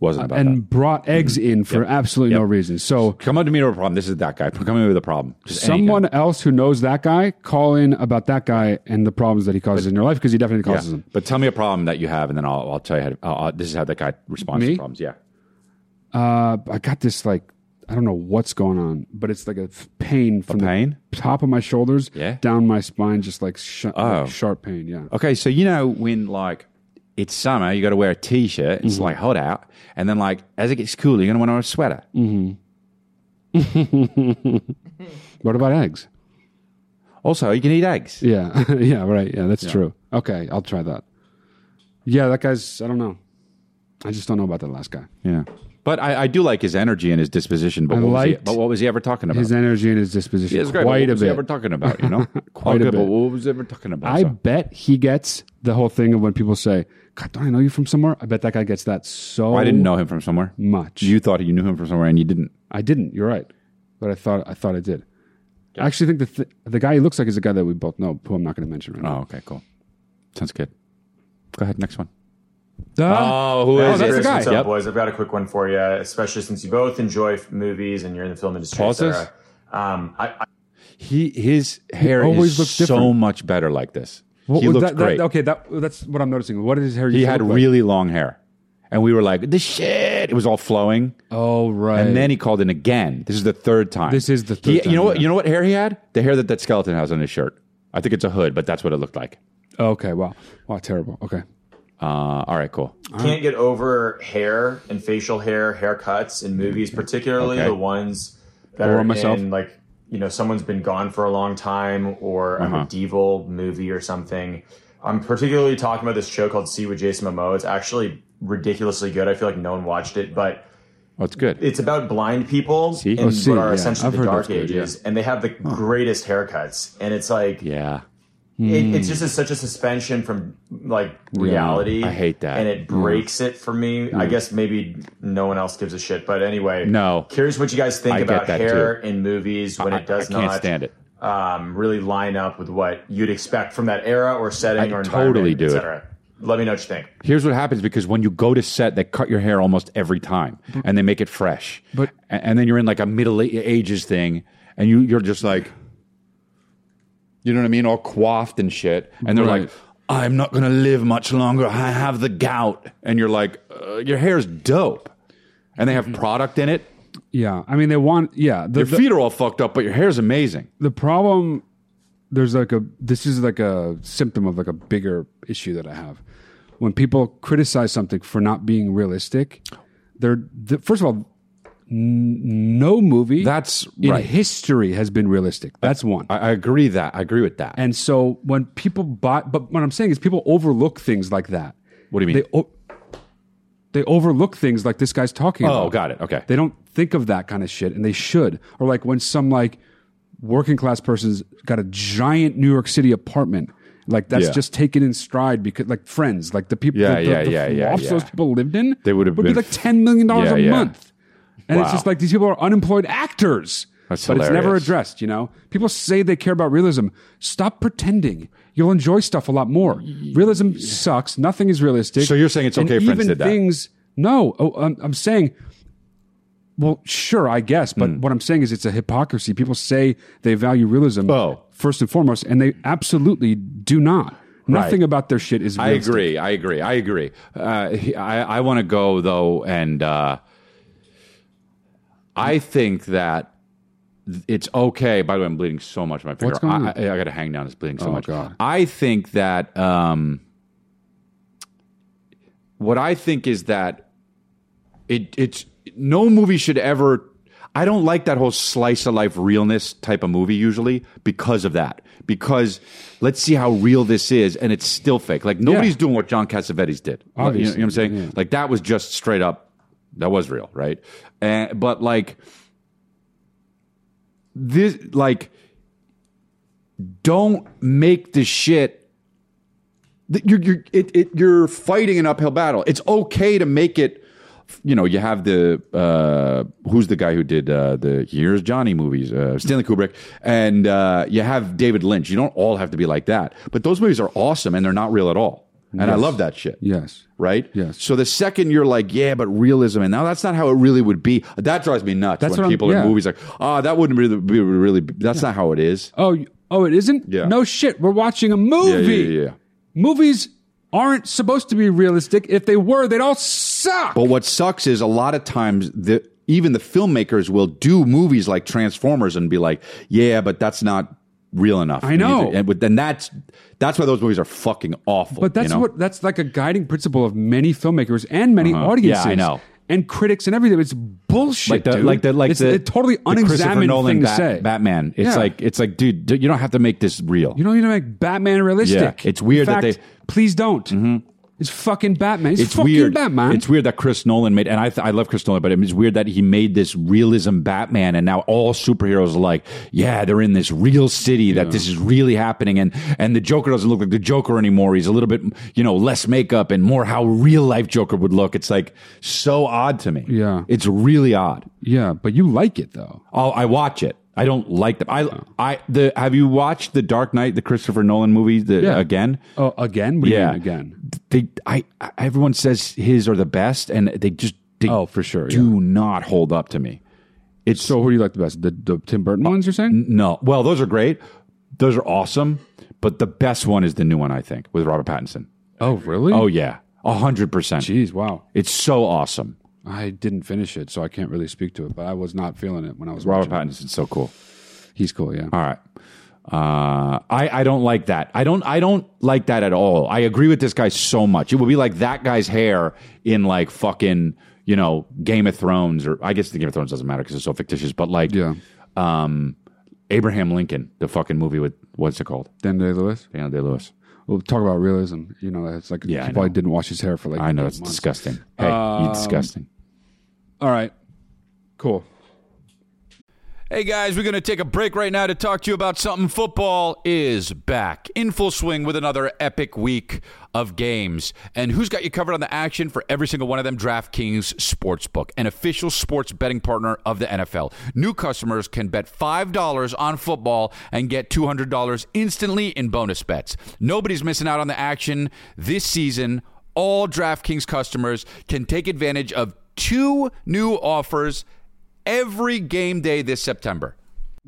Speaker 1: wasn't about
Speaker 2: and
Speaker 1: that. Mm-hmm.
Speaker 2: brought eggs in for absolutely no reason. So.
Speaker 1: Come up to me with a problem. This is that guy. Come in with a problem. Just any
Speaker 2: Someone else who knows that guy, call in about that guy and the problems that he causes in your life because he definitely
Speaker 1: Yeah.
Speaker 2: causes them.
Speaker 1: But tell me a problem that you have, and then I'll, I'll tell you how. To, I'll, I'll- this is how that guy responds
Speaker 2: Me?
Speaker 1: to problems. Yeah.
Speaker 2: Uh, I got this like I don't know what's going on, but it's like a f- pain from
Speaker 1: pain?
Speaker 2: the top of my shoulders
Speaker 1: Yeah.
Speaker 2: down my spine, just like, sh- like
Speaker 1: Oh.
Speaker 2: sharp pain. Yeah,
Speaker 1: Okay, so you know when like it's summer, you got to wear a t-shirt.
Speaker 2: Mm-hmm.
Speaker 1: It's like hot out, and then like as it gets cooler, you're gonna want to wear a sweater.
Speaker 2: Mm. what about eggs?
Speaker 1: Also, you can eat eggs.
Speaker 2: Yeah, yeah, right. Yeah, that's true. Okay, I'll try that. Yeah, that guy's. I don't know. I just don't know about that last guy.
Speaker 1: Yeah, but I, I do like his energy and his disposition. But
Speaker 2: I
Speaker 1: what, was he,
Speaker 2: liked
Speaker 1: but what was he ever talking about?
Speaker 2: His energy and his disposition
Speaker 1: yeah, it's great. but
Speaker 2: quite
Speaker 1: what
Speaker 2: a
Speaker 1: was he
Speaker 2: bit.
Speaker 1: ever talking about? You know,
Speaker 2: Quite a
Speaker 1: Okay, But
Speaker 2: bit.
Speaker 1: what was he ever talking about?
Speaker 2: I
Speaker 1: So-
Speaker 2: bet he gets the whole thing of when people say, "God, don't I know you from somewhere?" I bet that guy gets that so.
Speaker 1: I didn't know him from somewhere.
Speaker 2: much.
Speaker 1: You thought you knew him from somewhere, and you didn't.
Speaker 2: I didn't. You're right, but I thought I thought I did. I actually think the th- the guy he looks like is a guy that we both know, who I'm not going to mention right now.
Speaker 1: Oh, okay, cool. Sounds good. Go ahead, next one.
Speaker 2: Duh.
Speaker 1: Oh, who
Speaker 2: Oh,
Speaker 1: is
Speaker 2: that's
Speaker 1: it?
Speaker 2: the guy.
Speaker 10: What's up,
Speaker 1: Yep.
Speaker 10: boys? I've got a quick one for you, especially since you both enjoy f- movies and you're in the film industry. et
Speaker 1: Pauses?
Speaker 10: cetera. Um, I, I
Speaker 1: He his hair
Speaker 2: always
Speaker 1: is
Speaker 2: looked
Speaker 1: so
Speaker 2: different.
Speaker 1: much better like this.
Speaker 2: What
Speaker 1: he
Speaker 2: was
Speaker 1: looks
Speaker 2: that, that-
Speaker 1: great.
Speaker 2: okay, that, that's what I'm noticing. What is his hair?
Speaker 1: he
Speaker 2: used to
Speaker 1: had
Speaker 2: look like?
Speaker 1: really long hair, and we were like, "The shit!" It was all flowing,
Speaker 2: Oh right.
Speaker 1: and then he called in again. This is the third time.
Speaker 2: This is the
Speaker 1: He-
Speaker 2: third time,
Speaker 1: You know what?
Speaker 2: yeah.
Speaker 1: You know what hair he had? The hair that that skeleton has on his shirt. I think it's a hood, but that's what it looked like.
Speaker 2: okay, wow, wow, terrible. Okay,
Speaker 1: Uh, all right, cool.
Speaker 10: can't get over hair and facial hair haircuts in movies,
Speaker 2: Mm-hmm.
Speaker 10: particularly
Speaker 1: Okay.
Speaker 10: the ones that
Speaker 2: Or
Speaker 10: are
Speaker 2: myself.
Speaker 10: in like you know someone's been gone for a long time or
Speaker 2: Uh-huh.
Speaker 10: a medieval movie or something. I'm particularly talking about this show called See with Jason Momoa. It's actually ridiculously good. I feel like no one watched it, but
Speaker 1: Oh, it's good.
Speaker 10: it's about blind people in
Speaker 2: Oh, see,
Speaker 10: what are
Speaker 2: yeah.
Speaker 10: essentially
Speaker 2: I've
Speaker 10: the
Speaker 2: heard
Speaker 10: dark
Speaker 2: that's good,
Speaker 10: ages, and they have the greatest haircuts. And it's like
Speaker 1: yeah,
Speaker 10: it,
Speaker 1: Mm,
Speaker 10: it's just a, such a suspension from like reality.
Speaker 1: I hate that. Mm.
Speaker 10: and it breaks it for me. I guess maybe no one else gives a shit, but anyway,
Speaker 1: No.
Speaker 10: Curious what you guys think
Speaker 1: I get
Speaker 10: about
Speaker 1: that
Speaker 10: hair in movies when
Speaker 1: I,
Speaker 10: it does
Speaker 1: I can't
Speaker 10: not
Speaker 1: stand it.
Speaker 10: Um, really line up with what you'd expect from that era or setting
Speaker 1: I
Speaker 10: or
Speaker 1: totally
Speaker 10: environment,
Speaker 1: do it.
Speaker 10: etc. Let me know what you think.
Speaker 1: Here's what happens because when you go to set, they cut your hair almost every time, and they make it fresh.
Speaker 2: but-
Speaker 1: A- and, then you're in like a Middle A- Ages thing, and you you're just like, you know what I mean, all coiffed and shit. And they're
Speaker 2: Right.
Speaker 1: like, I'm not gonna live much longer. I have the gout, and you're like, uh, your hair's dope, and they have product in it.
Speaker 2: yeah. I mean, they want yeah. Mm-hmm. The,
Speaker 1: Your
Speaker 2: the,
Speaker 1: feet are all fucked up, but your hair's amazing.
Speaker 2: the problem there's like a this is like a symptom of like a bigger issue that I have. When people criticize something for not being realistic, they're th- first of all, n- no movie
Speaker 1: That's
Speaker 2: in
Speaker 1: right.
Speaker 2: history has been realistic. That's one.
Speaker 1: I, I agree that I agree with that.
Speaker 2: and so when people buy, but what I'm saying is people overlook things like that.
Speaker 1: what do you mean?
Speaker 2: They o- they overlook things like this guy's talking about.
Speaker 1: oh, got it. Okay.
Speaker 2: They don't think of that kind of shit, and they should. Or like when some like working class person's got a giant New York City apartment, Like that's
Speaker 1: Yeah.
Speaker 2: just taken in stride because like friends, like the people,
Speaker 1: Yeah,
Speaker 2: the,
Speaker 1: yeah,
Speaker 2: the
Speaker 1: yeah, yeah,
Speaker 2: lofts
Speaker 1: yeah.
Speaker 2: those people lived in,
Speaker 1: They would have
Speaker 2: would be
Speaker 1: been-
Speaker 2: like ten million dollars
Speaker 1: Yeah,
Speaker 2: a
Speaker 1: yeah.
Speaker 2: month. And it's
Speaker 1: Wow.
Speaker 2: just like these people are unemployed actors.
Speaker 1: That's
Speaker 2: but it's never
Speaker 1: hilarious.
Speaker 2: addressed, you know? People say they care about realism. Stop pretending. You'll enjoy stuff a lot more. Realism sucks. Nothing is realistic.
Speaker 1: So you're saying it's
Speaker 2: And
Speaker 1: okay Friends
Speaker 2: even
Speaker 1: did that?
Speaker 2: things, no. Oh, I'm, I'm saying well, sure, I guess, but
Speaker 1: Hmm.
Speaker 2: what I'm saying is it's a hypocrisy. People say they value realism
Speaker 1: Oh.
Speaker 2: first and foremost, and they absolutely do not. Nothing about their shit is.
Speaker 1: I
Speaker 2: realistic.
Speaker 1: agree. I agree. I agree. Uh, he- I, I want to go though, and uh, I think that it's okay. By the way, I'm bleeding so much. My finger.
Speaker 2: What's going on?
Speaker 1: I, I, I got to hang down. It's bleeding so
Speaker 2: Oh,
Speaker 1: much.
Speaker 2: God.
Speaker 1: I think that um, what I think is that it it's no movie should ever. I don't like that whole slice of life realness type of movie usually because of that. Because let's see how real this is, and it's still fake. Like nobody's doing what John Cassavetes did. Like, you know- you know what I'm saying? Like that was just straight up. That was real, right? And, but like this, like don't make the shit that you're you're it, it you're fighting an uphill battle. It's okay to make it. You know, you have the uh, who's the guy who did uh, the Here's Johnny movies, uh, Stanley Kubrick, and uh, you have David Lynch. You don't all have to be like that, but those movies are awesome and they're not real at all. And I love that shit
Speaker 2: Yes.
Speaker 1: right?
Speaker 2: Yes.
Speaker 1: So the second you're like, yeah, but realism, and now that's not how it really would be. That drives me nuts
Speaker 2: That's what
Speaker 1: when
Speaker 2: I'm-
Speaker 1: people
Speaker 2: yeah.
Speaker 1: in movies like, ah, that wouldn't really be really. be- That's not how it is.
Speaker 2: Oh, you- oh, it isn't.
Speaker 1: Yeah.
Speaker 2: No shit. We're watching a
Speaker 1: Yeah,
Speaker 2: movie.
Speaker 1: yeah, yeah, yeah.
Speaker 2: Movies aren't supposed to be realistic. If they were, they'd all suck.
Speaker 1: But what sucks is a lot of times the even the filmmakers will do movies like Transformers and be like, yeah, but that's not real enough.
Speaker 2: I know.
Speaker 1: You need to- and but then that's that's why those movies are fucking awful.
Speaker 2: But that's
Speaker 1: you know?
Speaker 2: what that's like a guiding principle of many filmmakers and many audiences.
Speaker 1: Uh-huh. Yeah, I know.
Speaker 2: And critics and everything. It's bullshit.
Speaker 1: Like the
Speaker 2: dude.
Speaker 1: like the like
Speaker 2: it's
Speaker 1: the
Speaker 2: a totally
Speaker 1: the Christopher
Speaker 2: unexamined
Speaker 1: Nolan
Speaker 2: thing
Speaker 1: Bat-
Speaker 2: to say.
Speaker 1: Batman. It's
Speaker 2: Yeah.
Speaker 1: like it's like, dude, d- you don't have to make this real.
Speaker 2: You don't need to make Batman realistic.
Speaker 1: Yeah, it's weird
Speaker 2: In
Speaker 1: that
Speaker 2: fact,
Speaker 1: they- Mm-hmm.
Speaker 2: Please don't. It's fucking Batman. It's,
Speaker 1: it's
Speaker 2: fucking
Speaker 1: weird.
Speaker 2: Batman.
Speaker 1: It's weird that Chris Nolan made, and I, th- I love Chris Nolan, but it's weird that he made this realism Batman, and now all superheroes are like, yeah, they're in this real city that this is really happening, and and the Joker doesn't look like the Joker anymore. He's a little bit, you know, less makeup and more how real life Joker would look. It's like so odd to me.
Speaker 2: Yeah.
Speaker 1: it's really odd.
Speaker 2: yeah, but you like it though.
Speaker 1: I'll, I watch it. I don't like them. I I the have you watched the Dark Knight, the Christopher Nolan movie the,
Speaker 2: Yeah.
Speaker 1: again?
Speaker 2: Oh, again? What do you
Speaker 1: Yeah.
Speaker 2: mean again?
Speaker 1: they I I- everyone says his are the best and they just they
Speaker 2: Oh, for sure,
Speaker 1: do not hold up to me it's
Speaker 2: So who do you like the best? The, the Tim Burton ones you're saying?
Speaker 1: no well those are great those are awesome but the best one is the new one i think with robert pattinson
Speaker 2: Oh, really?
Speaker 1: oh yeah 100%
Speaker 2: jeez, wow.
Speaker 1: it's so awesome
Speaker 2: I didn't finish it, so I can't really speak to it. But I was not feeling it when I was
Speaker 1: robert
Speaker 2: watching. it.
Speaker 1: pattinson's so cool
Speaker 2: He's cool, yeah.
Speaker 1: all right uh, I, I don't like that. I don't I don't like that at all. I agree with this guy so much. It would be like that guy's hair in like fucking you know Game of Thrones or I guess the Game of Thrones doesn't matter because it's so fictitious. But like
Speaker 2: Yeah.
Speaker 1: um, Abraham Lincoln, the fucking movie with what's it called?
Speaker 2: Dan Day Lewis.
Speaker 1: Daniel Day Lewis.
Speaker 2: We'll talk about realism. You know, it's like
Speaker 1: Yeah, I
Speaker 2: he probably
Speaker 1: know.
Speaker 2: didn't wash his hair for like.
Speaker 1: I know
Speaker 2: eight
Speaker 1: that's
Speaker 2: months.
Speaker 1: disgusting. Hey, you disgusting.
Speaker 2: All right, cool.
Speaker 1: Hey guys, we're going to take a break right now to talk to you about something. Football is back in full swing with another epic week of games. And who's got you covered on the action for every single one of them? DraftKings Sportsbook, an official sports betting partner of the NFL. New customers can bet $5 on football and get $200 instantly in bonus bets. Nobody's missing out on the action this season. All DraftKings customers can take advantage of two new offers every game day this September.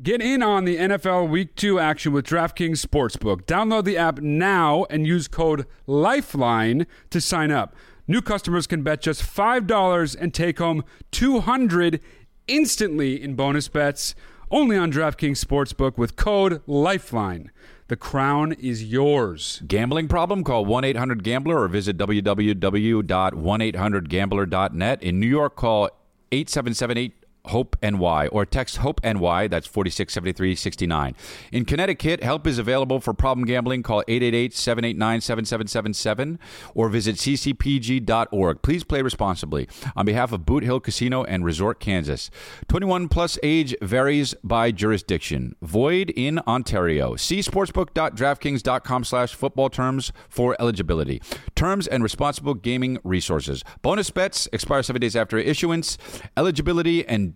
Speaker 2: Get in on the NFL Week 2 action with DraftKings Sportsbook. Download the app now and use code LIFELINE to sign up. New customers can bet just $5 and take home 200 instantly in bonus bets only on DraftKings Sportsbook with code LIFELINE. The crown is yours.
Speaker 1: Gambling problem? Call 1 800 Gambler or visit www.1800Gambler.net. In New York, call 877
Speaker 11: Hope NY or text Hope NY, that's 467369. In Connecticut, help is available for problem gambling. Call 888 789 7777 or visit ccpg.org. Please play responsibly. On behalf of Boot Hill Casino and Resort, Kansas, 21 plus age varies by jurisdiction. Void in Ontario. See sportsbook.draftkings.com slash football terms for eligibility. Terms and responsible gaming resources. Bonus bets expire seven days after issuance. Eligibility and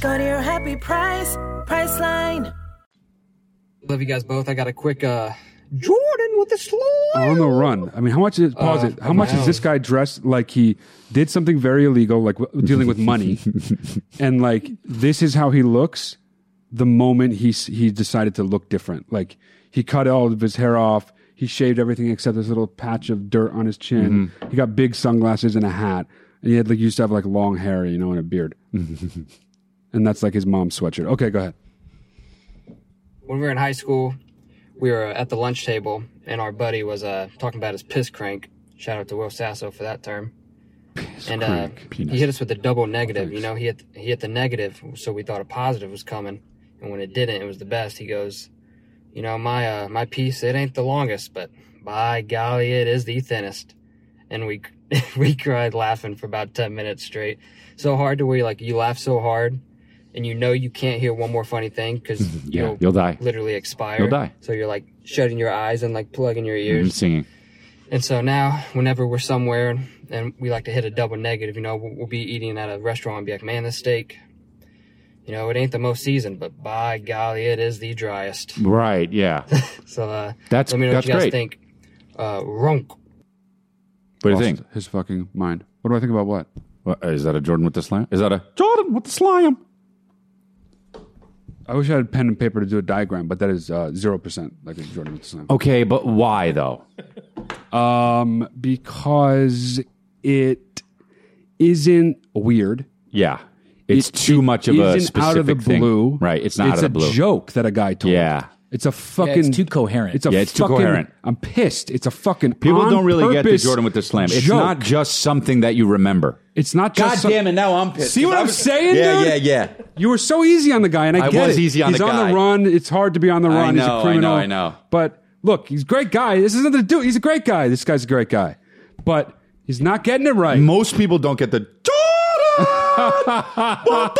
Speaker 12: Go to your happy price, Priceline.
Speaker 13: Love you guys both. I got a quick uh Jordan with the slow.
Speaker 2: on the run. I mean, how much is pause
Speaker 13: Uh,
Speaker 2: it? How much is this guy dressed like he did something very illegal, like w- dealing with money, and like this is how he looks the moment he s- he decided to look different. Like he cut all of his hair off. He shaved everything except this little patch of dirt on his chin.
Speaker 13: Mm-hmm.
Speaker 2: He got big sunglasses and a hat, and he had like used to have like long hair, you know, and a beard. and that's like his mom's sweatshirt. Okay, go ahead.
Speaker 13: When we were in high school, we were at the lunch table, and our buddy was uh talking about his piss crank. Shout out to Will Sasso for that term. and uh,
Speaker 2: crank,
Speaker 13: he hit us with a double negative. You know, he hit he hit the negative, so we thought a positive was coming, and when it didn't, it was the best. He goes, you know, my uh, my piece it ain't the longest, but by golly, it is the thinnest. And we we cried laughing for about ten minutes straight, so hard to where you, like you laugh so hard, and you know you can't hear one more funny thing because
Speaker 1: Yeah, you'll die.
Speaker 13: literally expire.
Speaker 1: You'll die.
Speaker 13: So you're like shutting your eyes and like plugging your
Speaker 1: I'm
Speaker 13: ears.
Speaker 1: singing.
Speaker 13: And so now, whenever we're somewhere and- and we like to hit a double negative, you know, we'll, we'll be eating at a restaurant and be like, man, this steak, you know, it ain't the most seasoned, but by golly, it is the driest.
Speaker 1: Right, yeah.
Speaker 13: So uh,
Speaker 1: That's-
Speaker 13: let me know
Speaker 1: that's
Speaker 13: what you guys
Speaker 1: great.
Speaker 13: think. Uh, Ronk.
Speaker 1: What do you
Speaker 2: Lost
Speaker 1: think?
Speaker 2: His fucking mind. What do I think about what?
Speaker 1: What, is that a Jordan with the slam? Is that a Jordan with the slam?
Speaker 2: I wish I had pen and paper to do a diagram, but that is uh, zero percent like a Jordan with the slam.
Speaker 1: Okay, but why though?
Speaker 2: Um, because it isn't weird.
Speaker 1: Yeah, it's too much of
Speaker 2: it
Speaker 1: a
Speaker 2: isn't
Speaker 1: specific
Speaker 2: out of the
Speaker 1: thing.
Speaker 2: blue.
Speaker 1: right? It's not
Speaker 2: It's
Speaker 1: out of
Speaker 2: a
Speaker 1: the blue.
Speaker 2: joke that a guy told.
Speaker 1: Yeah,
Speaker 2: It's a fucking. too
Speaker 3: coherent.
Speaker 2: It's a
Speaker 1: Yeah, it's too
Speaker 2: fucking,
Speaker 1: coherent.
Speaker 2: I'm pissed. It's a fucking.
Speaker 1: people
Speaker 2: on
Speaker 1: don't really get the
Speaker 2: purpose
Speaker 1: Jordan with the slam. It's
Speaker 2: joke.
Speaker 1: not just something that you remember.
Speaker 2: It's not just.
Speaker 1: God
Speaker 2: some-
Speaker 1: damn it! Now I'm pissed.
Speaker 2: See what
Speaker 1: I
Speaker 2: I'm
Speaker 1: was-
Speaker 2: saying?
Speaker 1: Yeah,
Speaker 2: dude?
Speaker 1: yeah, yeah.
Speaker 2: You were so easy on the guy, and I,
Speaker 1: I
Speaker 2: get
Speaker 1: was
Speaker 2: it.
Speaker 1: easy on
Speaker 2: he's
Speaker 1: the
Speaker 2: on
Speaker 1: guy.
Speaker 2: the run. It's hard to be on the
Speaker 1: I
Speaker 2: run. he's a
Speaker 1: know, I
Speaker 2: criminal.
Speaker 1: know, I know.
Speaker 2: But look, he's a great guy. This is nothing to do. He's a great guy. This guy's a great guy, but he's not getting it right.
Speaker 1: Most people don't get the
Speaker 2: what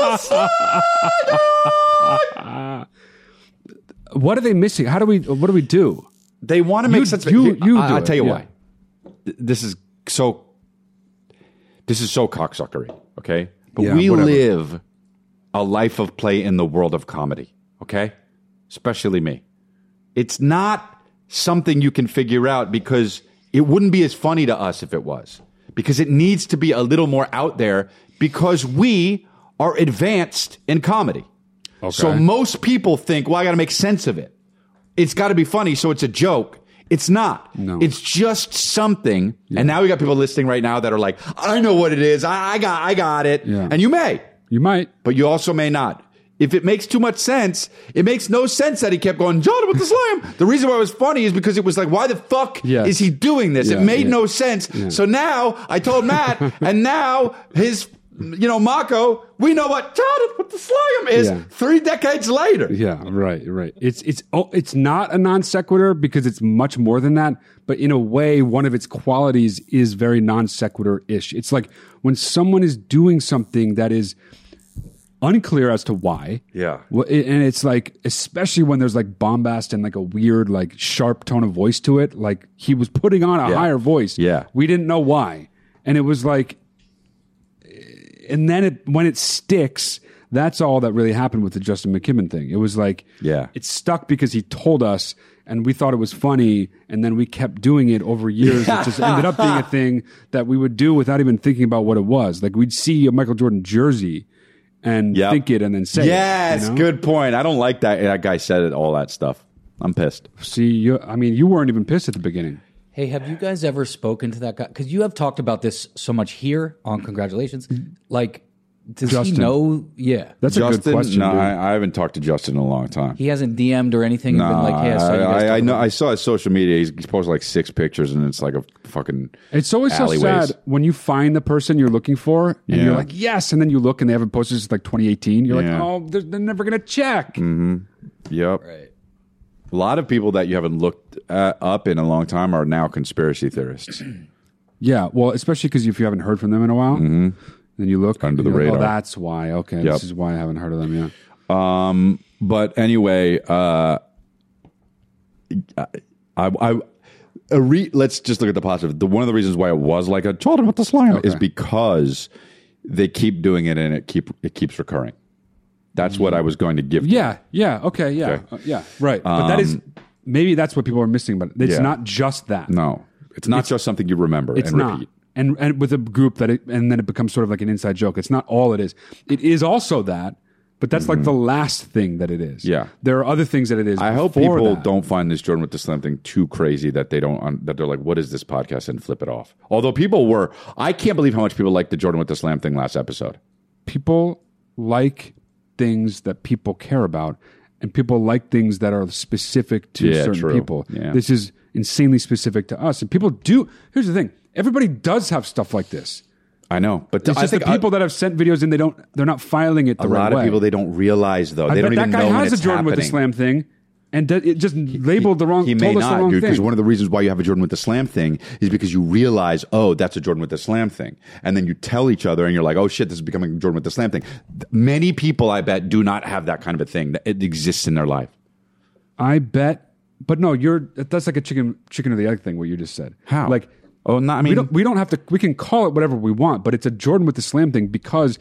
Speaker 2: are they missing? How do we? What do we do?
Speaker 1: They want to make sense of it.
Speaker 2: You,
Speaker 1: Here,
Speaker 2: you
Speaker 1: I,
Speaker 2: do
Speaker 1: will
Speaker 2: it,
Speaker 1: tell you
Speaker 2: yeah.
Speaker 1: why. Th- This is so. This is so cocksuckery. Okay, but
Speaker 2: Yeah,
Speaker 1: we
Speaker 2: whatever.
Speaker 1: live a life of play in the world of comedy. Okay, especially me. It's not something you can figure out because it wouldn't be as funny to us if it was. Because it needs to be a little more out there because we are advanced in comedy. So most people think, well, I got to make sense of it. It's got to be funny, so it's a joke. It's not.
Speaker 2: No.
Speaker 1: It's just something. And now we got people listening right now that are like, I know what it is. I, I got, I got it.
Speaker 2: Yeah.
Speaker 1: And you may,
Speaker 2: You might.
Speaker 1: but you also may not. If it makes too much sense, it makes no sense that he kept going, John with the slam. the reason why it was funny is because it was like, why the fuck
Speaker 2: Yes.
Speaker 1: is he doing this? it
Speaker 2: Yeah,
Speaker 1: made
Speaker 2: yeah.
Speaker 1: no sense. So now I told Matt, and now his, you know, Mako, we know what John with the slam is
Speaker 2: Yeah.
Speaker 1: three decades later.
Speaker 2: Yeah, right, right. It's it's oh, it's not a non sequitur because it's much more than that. But in a way, one of its qualities is very non sequitur ish. It's like when someone is doing something that is unclear as to why.
Speaker 1: Yeah.
Speaker 2: Well, it- and it's like, especially when there's like bombast and like a weird, like sharp tone of voice to it. Like he was putting on a
Speaker 1: Yeah.
Speaker 2: higher voice.
Speaker 1: Yeah.
Speaker 2: We didn't know why. And it was like, and then it, when it sticks, that's all that really happened with the Justin McKibben thing. It was like,
Speaker 1: Yeah.
Speaker 2: it stuck because he told us and we thought it was funny. And then we kept doing it over years. It just ended up being a thing that we would do without even thinking about what it was. Like we'd see a Michael Jordan jersey and
Speaker 1: Yep.
Speaker 2: think it and then say it,
Speaker 1: yes,
Speaker 2: you know?
Speaker 1: good point. I don't like that. That guy said it. All that stuff. I'm pissed.
Speaker 2: See, you. I mean, you weren't even pissed at the beginning.
Speaker 3: Hey, have you guys ever spoken to that guy? Because you have talked about this so much here on Congratulations. Like, does he know? Yeah,
Speaker 1: Justin, No, I, I haven't talked to Justin in a long time.
Speaker 3: he hasn't DM'd or anything. and been like, hey, I saw you guys
Speaker 1: I, I
Speaker 3: talking
Speaker 1: know. I saw his social media. He's, he's posted like six pictures, and it's like a fucking.
Speaker 2: It's always so
Speaker 1: alleyways.
Speaker 2: sad when you find the person you're looking for and
Speaker 1: Yeah.
Speaker 2: you're like, yes, and then you look and they haven't posted since like 2018. You're
Speaker 1: Yeah.
Speaker 2: like, oh, they're, they're never gonna check.
Speaker 1: hmm Yep. A lot of people that you haven't looked uh, up in a long time are now conspiracy theorists.
Speaker 2: Yeah, well, especially because if you haven't heard from them in a while, then you look under
Speaker 1: Mm-hmm. the
Speaker 2: Oh,
Speaker 1: radar.
Speaker 2: that's why. Okay,
Speaker 1: Yep.
Speaker 2: this is why I haven't heard of them yet.
Speaker 1: Um, but anyway, uh, I, I, a re, let's just look at the positive. The one of the reasons why it was like a children with the slime is because they keep doing it and it keep it keeps recurring. That's what I was going to give.
Speaker 2: Yeah, yeah, okay, yeah,
Speaker 1: Okay.
Speaker 2: Uh, yeah, right. But that is
Speaker 1: Um,
Speaker 2: maybe that's what people are missing, but it's
Speaker 1: Yeah.
Speaker 2: not just that.
Speaker 1: No, it's not just something you remember
Speaker 2: It's
Speaker 1: and
Speaker 2: not.
Speaker 1: repeat.
Speaker 2: And and with a group that it, and then it becomes sort of like an inside joke. It's not all it is. It is also that, but that's like the last thing that it is.
Speaker 1: Mm-hmm. Yeah.
Speaker 2: There are other things that it is.
Speaker 1: I hope
Speaker 2: before
Speaker 1: people
Speaker 2: that.
Speaker 1: don't find this Jordan with the Slam thing too crazy that they don't un- that they're like, "What is this podcast?" and flip it off. Although people were, I can't believe how much people liked the Jordan with the Slam thing last episode.
Speaker 2: people like things that people care about and people like things that are specific to
Speaker 1: Yeah,
Speaker 2: certain
Speaker 1: true.
Speaker 2: people.
Speaker 1: Yeah.
Speaker 2: This is insanely specific to us. And people do here's the thing. Everybody does have stuff like this.
Speaker 1: I know, but
Speaker 2: It's
Speaker 1: I
Speaker 2: just
Speaker 1: think
Speaker 2: the people that have sent videos in, they don't they're not filing it the
Speaker 1: a
Speaker 2: right
Speaker 1: lot of
Speaker 2: way.
Speaker 1: people they don't realize though.
Speaker 2: I
Speaker 1: They
Speaker 2: bet
Speaker 1: don't
Speaker 2: that
Speaker 1: even
Speaker 2: guy
Speaker 1: know when
Speaker 2: has a
Speaker 1: it's
Speaker 2: Jordan with the
Speaker 1: happening.
Speaker 2: slam thing, and d- it just labeled the wrong.
Speaker 1: He may
Speaker 2: told us the
Speaker 1: not,
Speaker 2: wrong
Speaker 1: dude, because
Speaker 2: thing.
Speaker 1: one of the reasons why you have a Jordan with the slam thing is because you realize, oh, that's a Jordan with the slam thing. And then you tell each other and you're like, oh shit, this is becoming a Jordan with the slam thing. Th- Many people, I bet, do not have that kind of a thing that it exists in their life.
Speaker 2: I bet, but no, you're that's like a chicken chicken or the egg thing. What you just said. How? Like,
Speaker 1: oh, no, I mean,
Speaker 2: we don't we don't have to. We can call it whatever we want, but it's a Jordan with the slam thing because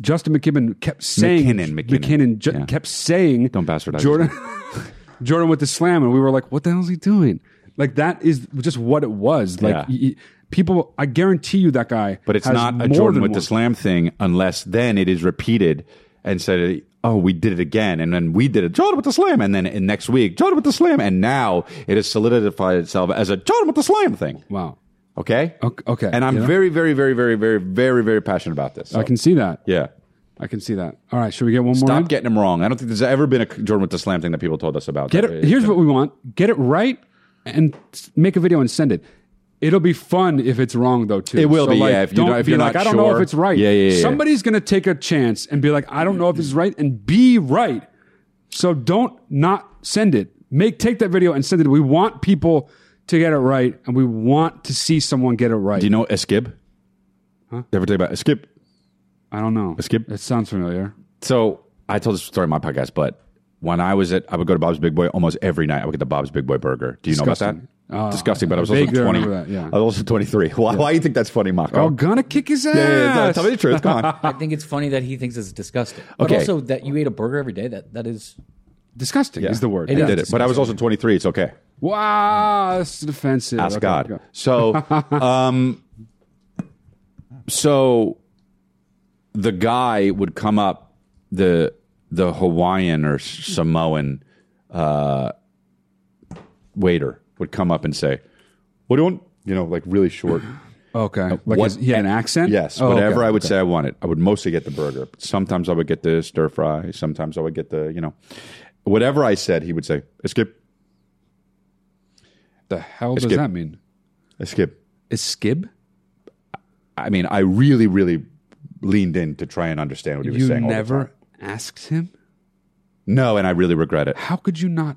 Speaker 2: Justin McKibben kept saying
Speaker 1: McKinnon, McKinnon.
Speaker 2: ju- kept saying
Speaker 1: don't bastardize
Speaker 2: Jordan Jordan with the slam, and we were like, what the hell is he doing? Like that is just what it was. Like
Speaker 1: Yeah.
Speaker 2: y- y- people, I guarantee you that guy.
Speaker 1: But it's
Speaker 2: has
Speaker 1: not
Speaker 2: more
Speaker 1: a Jordan
Speaker 2: than
Speaker 1: with
Speaker 2: one.
Speaker 1: the slam thing unless then it is repeated and said, oh, we did it again. And then we did it, Jordan with the slam. And then and next week, Jordan with the slam. And now it has solidified itself as a Jordan with the slam thing.
Speaker 2: Wow.
Speaker 1: Okay.
Speaker 2: Okay.
Speaker 1: And I'm
Speaker 2: Yeah.
Speaker 1: very, very, very, very, very, very, very passionate about this.
Speaker 2: I can see that.
Speaker 1: Yeah.
Speaker 2: I can see that. All right, should we get one more?
Speaker 1: Stop
Speaker 2: in?
Speaker 1: getting them wrong. I don't think there's ever been a Jordan with the slam thing that people told us about.
Speaker 2: Get
Speaker 1: That
Speaker 2: it. Here's what we want: get it right, and s- make a video and send it. It'll be fun if it's wrong, though. Too.
Speaker 1: It will
Speaker 2: So,
Speaker 1: be,
Speaker 2: like,
Speaker 1: yeah, if you
Speaker 2: don't
Speaker 1: don't- if
Speaker 2: be
Speaker 1: you're
Speaker 2: like,
Speaker 1: not
Speaker 2: I don't know
Speaker 1: sure."
Speaker 2: if it's right.
Speaker 1: Yeah, yeah, yeah.
Speaker 2: Somebody's gonna take a chance and be like, I don't know if this is right, and be right. So don't not send it. Make take that video and send it. We want people to get it right, and we want to see someone get it right.
Speaker 1: Do you know Eskib? Huh? Ever tell you about Eskib?
Speaker 2: I don't know.
Speaker 1: Eskib?
Speaker 2: It sounds familiar.
Speaker 1: So I told this story on my podcast, but when I was at, I would go to Bob's Big Boy almost every night. I would get the Bob's Big Boy burger. Do you
Speaker 2: Disgusting.
Speaker 1: know about that?
Speaker 2: Uh,
Speaker 1: Disgusting, but I was also
Speaker 2: vaguely
Speaker 1: 20.
Speaker 2: remember that, yeah.
Speaker 1: I was also 23. Why, why do you think that's funny, Mako?
Speaker 2: Oh, gonna kick his ass.
Speaker 1: Yeah, yeah, yeah. Tell me the truth. Come on.
Speaker 3: I think it's funny that he thinks it's disgusting. But
Speaker 1: Okay.
Speaker 3: also that you ate a burger every day, that, that is
Speaker 2: Disgusting
Speaker 1: Yeah.
Speaker 2: is the word.
Speaker 1: I
Speaker 2: Yeah.
Speaker 1: did it, but I was also 23. It's okay.
Speaker 2: Wow, this is defensive.
Speaker 1: Ask
Speaker 2: Okay,
Speaker 1: God.
Speaker 2: go.
Speaker 1: So, um, so the guy would come up the the Hawaiian or Samoan uh, waiter would come up and say, "What do you want?" You know, like really short.
Speaker 2: Okay. Like
Speaker 1: Uh, What-
Speaker 2: is- yeah, an accent?
Speaker 1: Yes,
Speaker 2: Oh, okay,
Speaker 1: whatever I would
Speaker 2: okay.
Speaker 1: say I wanted. I would mostly get the burger. But sometimes I would get the stir fry. Sometimes I would get the you know, whatever I said, he would say, "Skip."
Speaker 2: The hell does that mean?
Speaker 1: Skip.
Speaker 2: Is skib?
Speaker 1: I mean, I really, really leaned in to try and understand what he was
Speaker 2: You
Speaker 1: saying. all the
Speaker 2: never
Speaker 1: time.
Speaker 2: asked him?
Speaker 1: No, and I really regret it.
Speaker 2: How could you not?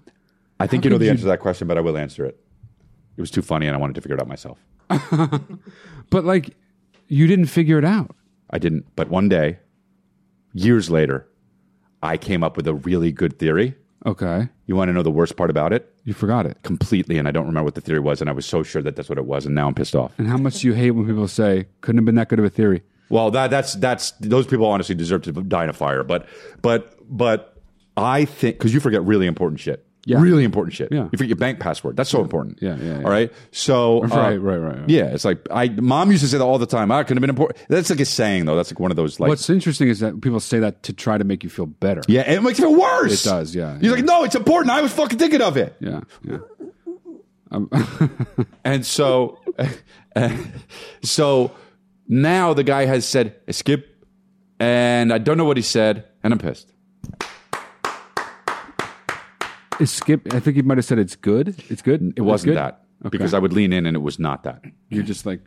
Speaker 1: I think
Speaker 2: how
Speaker 1: you know
Speaker 2: could
Speaker 1: the
Speaker 2: you-
Speaker 1: answer to that question, but I will answer it. It was too funny, and I wanted to figure it out myself.
Speaker 2: But like, you didn't figure it out.
Speaker 1: I didn't. But one day, years later, I came up with a really good theory.
Speaker 2: Okay.
Speaker 1: You want to know the worst part about it?
Speaker 2: You forgot it.
Speaker 1: Completely, and I don't remember what the theory was, and I was so sure that that's what it was, and now I'm pissed off.
Speaker 2: And how much you hate when people say, couldn't have been that good of a theory.
Speaker 1: Well, that that's that's those people honestly deserve to die in a fire, but but but I think because you forget really important shit. Really important shit. Yeah. You forget your bank password. That's so important.
Speaker 2: Yeah, yeah, yeah.
Speaker 1: All right. So uh,
Speaker 2: Right, right, right, right.
Speaker 1: Yeah, it's like I mom used to say that all the time. I could have been important. That's like a saying though. That's like one of those like
Speaker 2: What's interesting is that people say that to try to make you feel better.
Speaker 1: yeah, and it makes it feel worse.
Speaker 2: It does, yeah.
Speaker 1: You're like, no, it's important. I was fucking thinking of it.
Speaker 2: Yeah. yeah.
Speaker 1: and so, so now the guy has said skip, and I don't know what he said, and I'm pissed.
Speaker 2: Is Skip, I think he might have said it's good. It's good.
Speaker 1: It wasn't that because I would lean in, and it was not that.
Speaker 2: You're just like,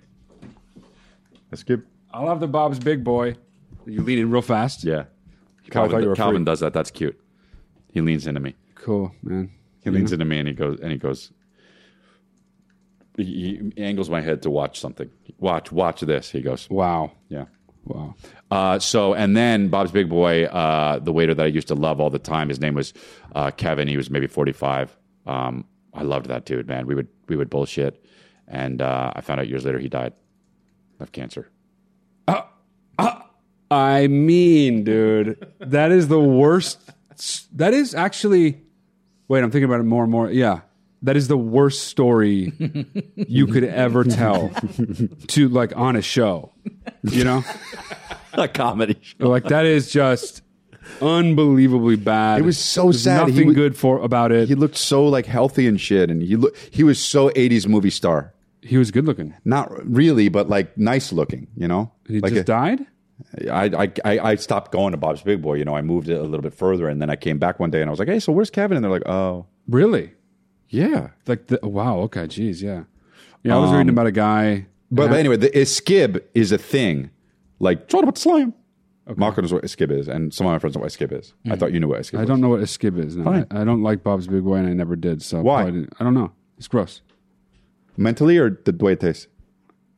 Speaker 1: skip.
Speaker 2: I'll have the Bob's Big Boy. You lean in real fast.
Speaker 1: Yeah,
Speaker 2: probably thought you
Speaker 1: Calvin,
Speaker 2: were
Speaker 1: Calvin
Speaker 2: free.
Speaker 1: does that. That's cute. He leans into me.
Speaker 2: Cool, man.
Speaker 1: He
Speaker 2: You
Speaker 1: leans
Speaker 2: know?
Speaker 1: into me, and he goes, and he goes. He he angles my head to watch something. Watch, watch this. He goes,
Speaker 2: "Wow,
Speaker 1: yeah,
Speaker 2: wow."
Speaker 1: Uh, so, and then Bob's Big Boy, uh, the waiter that I used to love all the time, his name was uh, Kevin. He was maybe 45. Um, I loved that dude, man. We would we would bullshit, and uh, I found out years later he died of cancer.
Speaker 2: I mean, dude, that is the worst. That is actually. Wait, I'm thinking about it more and more. Yeah, that is the worst story you could ever tell to like on a show. You know,
Speaker 1: a comedy. Show.
Speaker 2: Like that is just unbelievably bad.
Speaker 1: It was so
Speaker 2: There's
Speaker 1: sad.
Speaker 2: Nothing
Speaker 1: wa-
Speaker 2: good for about it.
Speaker 1: He looked so like healthy and shit, and he look he was so 80s movie star.
Speaker 2: He was good looking.
Speaker 1: Not really, but like nice looking. You know,
Speaker 2: He
Speaker 1: like uh,
Speaker 2: just died.
Speaker 1: I, I- I I stopped going to Bob's Big Boy. You know, I moved it a little bit further, and then I came back one day and I was like, "Hey, so where's Kevin?" And they're like, "Oh,
Speaker 2: Really?
Speaker 1: yeah."
Speaker 2: Like the oh, wow. Okay. Jeez. Yeah. Yeah. I was
Speaker 1: Um,
Speaker 2: reading about a guy.
Speaker 1: But,
Speaker 2: and
Speaker 1: but
Speaker 2: I-
Speaker 1: anyway, the iskib is a thing. Like, try about slime. Marco knows what iskib is, and some of my friends know what iskib is. I thought you knew what iskib
Speaker 2: Mm-hmm. I
Speaker 1: was.
Speaker 2: don't know what a skib is. No,
Speaker 1: Fine.
Speaker 2: I, I don't like Bob's Big Boy, and I never did. So
Speaker 1: Why?
Speaker 2: probably didn't- I don't know. It's gross.
Speaker 1: Mentally or the way it tastes?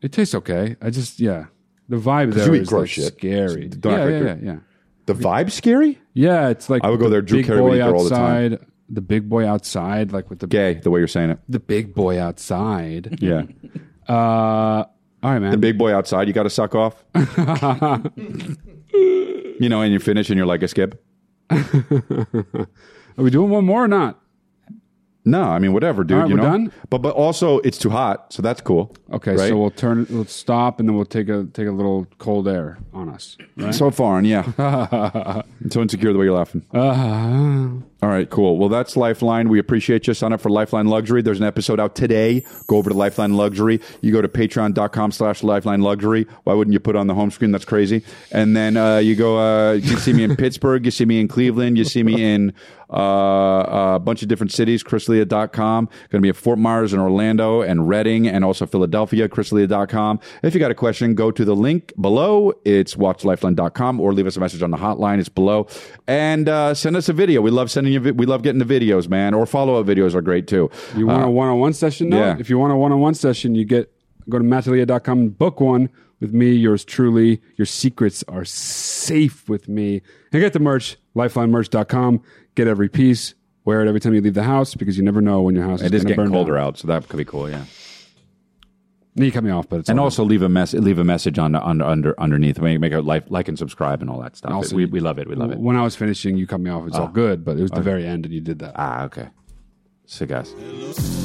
Speaker 2: It tastes okay. I just yeah. The vibe
Speaker 1: 'Cause
Speaker 2: there
Speaker 1: you eat
Speaker 2: is,
Speaker 1: gross
Speaker 2: like,
Speaker 1: shit.
Speaker 2: scary.
Speaker 1: Don't act
Speaker 2: yeah,
Speaker 1: like
Speaker 2: yeah, yeah,
Speaker 1: you're-
Speaker 2: yeah.
Speaker 1: The vibe scary?
Speaker 2: Yeah, it's like
Speaker 1: I would go
Speaker 2: the
Speaker 1: there, Drew
Speaker 2: big
Speaker 1: Carey would
Speaker 2: boy
Speaker 1: eat there all the time.
Speaker 2: outside- The big boy outside, like with the
Speaker 1: Gay, the way you're saying it.
Speaker 2: the big boy outside.
Speaker 1: Yeah.
Speaker 2: Uh, all right, man.
Speaker 1: the big boy outside, you got to suck off. you know, and you finish and you're like, iskib?
Speaker 2: Are we doing one more or not?
Speaker 1: No, I mean, whatever, dude.
Speaker 2: All right,
Speaker 1: you
Speaker 2: we're
Speaker 1: know?
Speaker 2: done?
Speaker 1: But, but also, it's too hot, so that's cool.
Speaker 2: Okay,
Speaker 1: right?
Speaker 2: so we'll turn, we'll stop, and then we'll take a take a little cold air on us. Right?
Speaker 1: So far, and yeah. I'm so insecure the way you're laughing.
Speaker 2: Uh,
Speaker 1: All right, cool. Well, that's Lifeline. We appreciate you. Sign up for Lifeline Luxury. There's an episode out today. Go over to Lifeline Luxury. You go to patreon.com slash Lifeline Luxury. Why wouldn't you put it on the home screen? That's crazy. And then uh, you go, uh, you can see me in Pittsburgh. You see me in Cleveland. You see me in uh, a bunch of different cities. ChrisLea.com. Going to be at Fort Myers in Orlando and Reading and also Philadelphia. ChrisLea.com. If you got a question, go to the link below. It's watchlifeline.com or leave us a message on the hotline. It's below. And uh, send us a video. We love sending you, vi- we love getting the videos, man. Or follow up videos are great too.
Speaker 2: You want a one on one session? No.
Speaker 1: Uh, yeah.
Speaker 2: If you want a one on one session, you get go to mattalia.com and book one with me, yours truly. Your secrets are safe with me. And get the merch, lifelinemerch.com. Get every piece. Wear it every time you leave the house because you never know when your house is
Speaker 1: It is
Speaker 2: going to
Speaker 1: getting
Speaker 2: burn
Speaker 1: colder
Speaker 2: down.
Speaker 1: out, so that could be cool, yeah.
Speaker 2: You cut me off, but it's
Speaker 1: and
Speaker 2: all
Speaker 1: also leave a mess leave a message on, on under underneath. Make, make a like like and subscribe and all that stuff.
Speaker 2: And also-
Speaker 1: we, we love it. We love it.
Speaker 2: When I was finishing, you cut me off. It's all
Speaker 1: Ah.
Speaker 2: good, but it was the
Speaker 1: Okay.
Speaker 2: very end, and you did that.
Speaker 1: Ah, okay. So guys.
Speaker 14: Hello,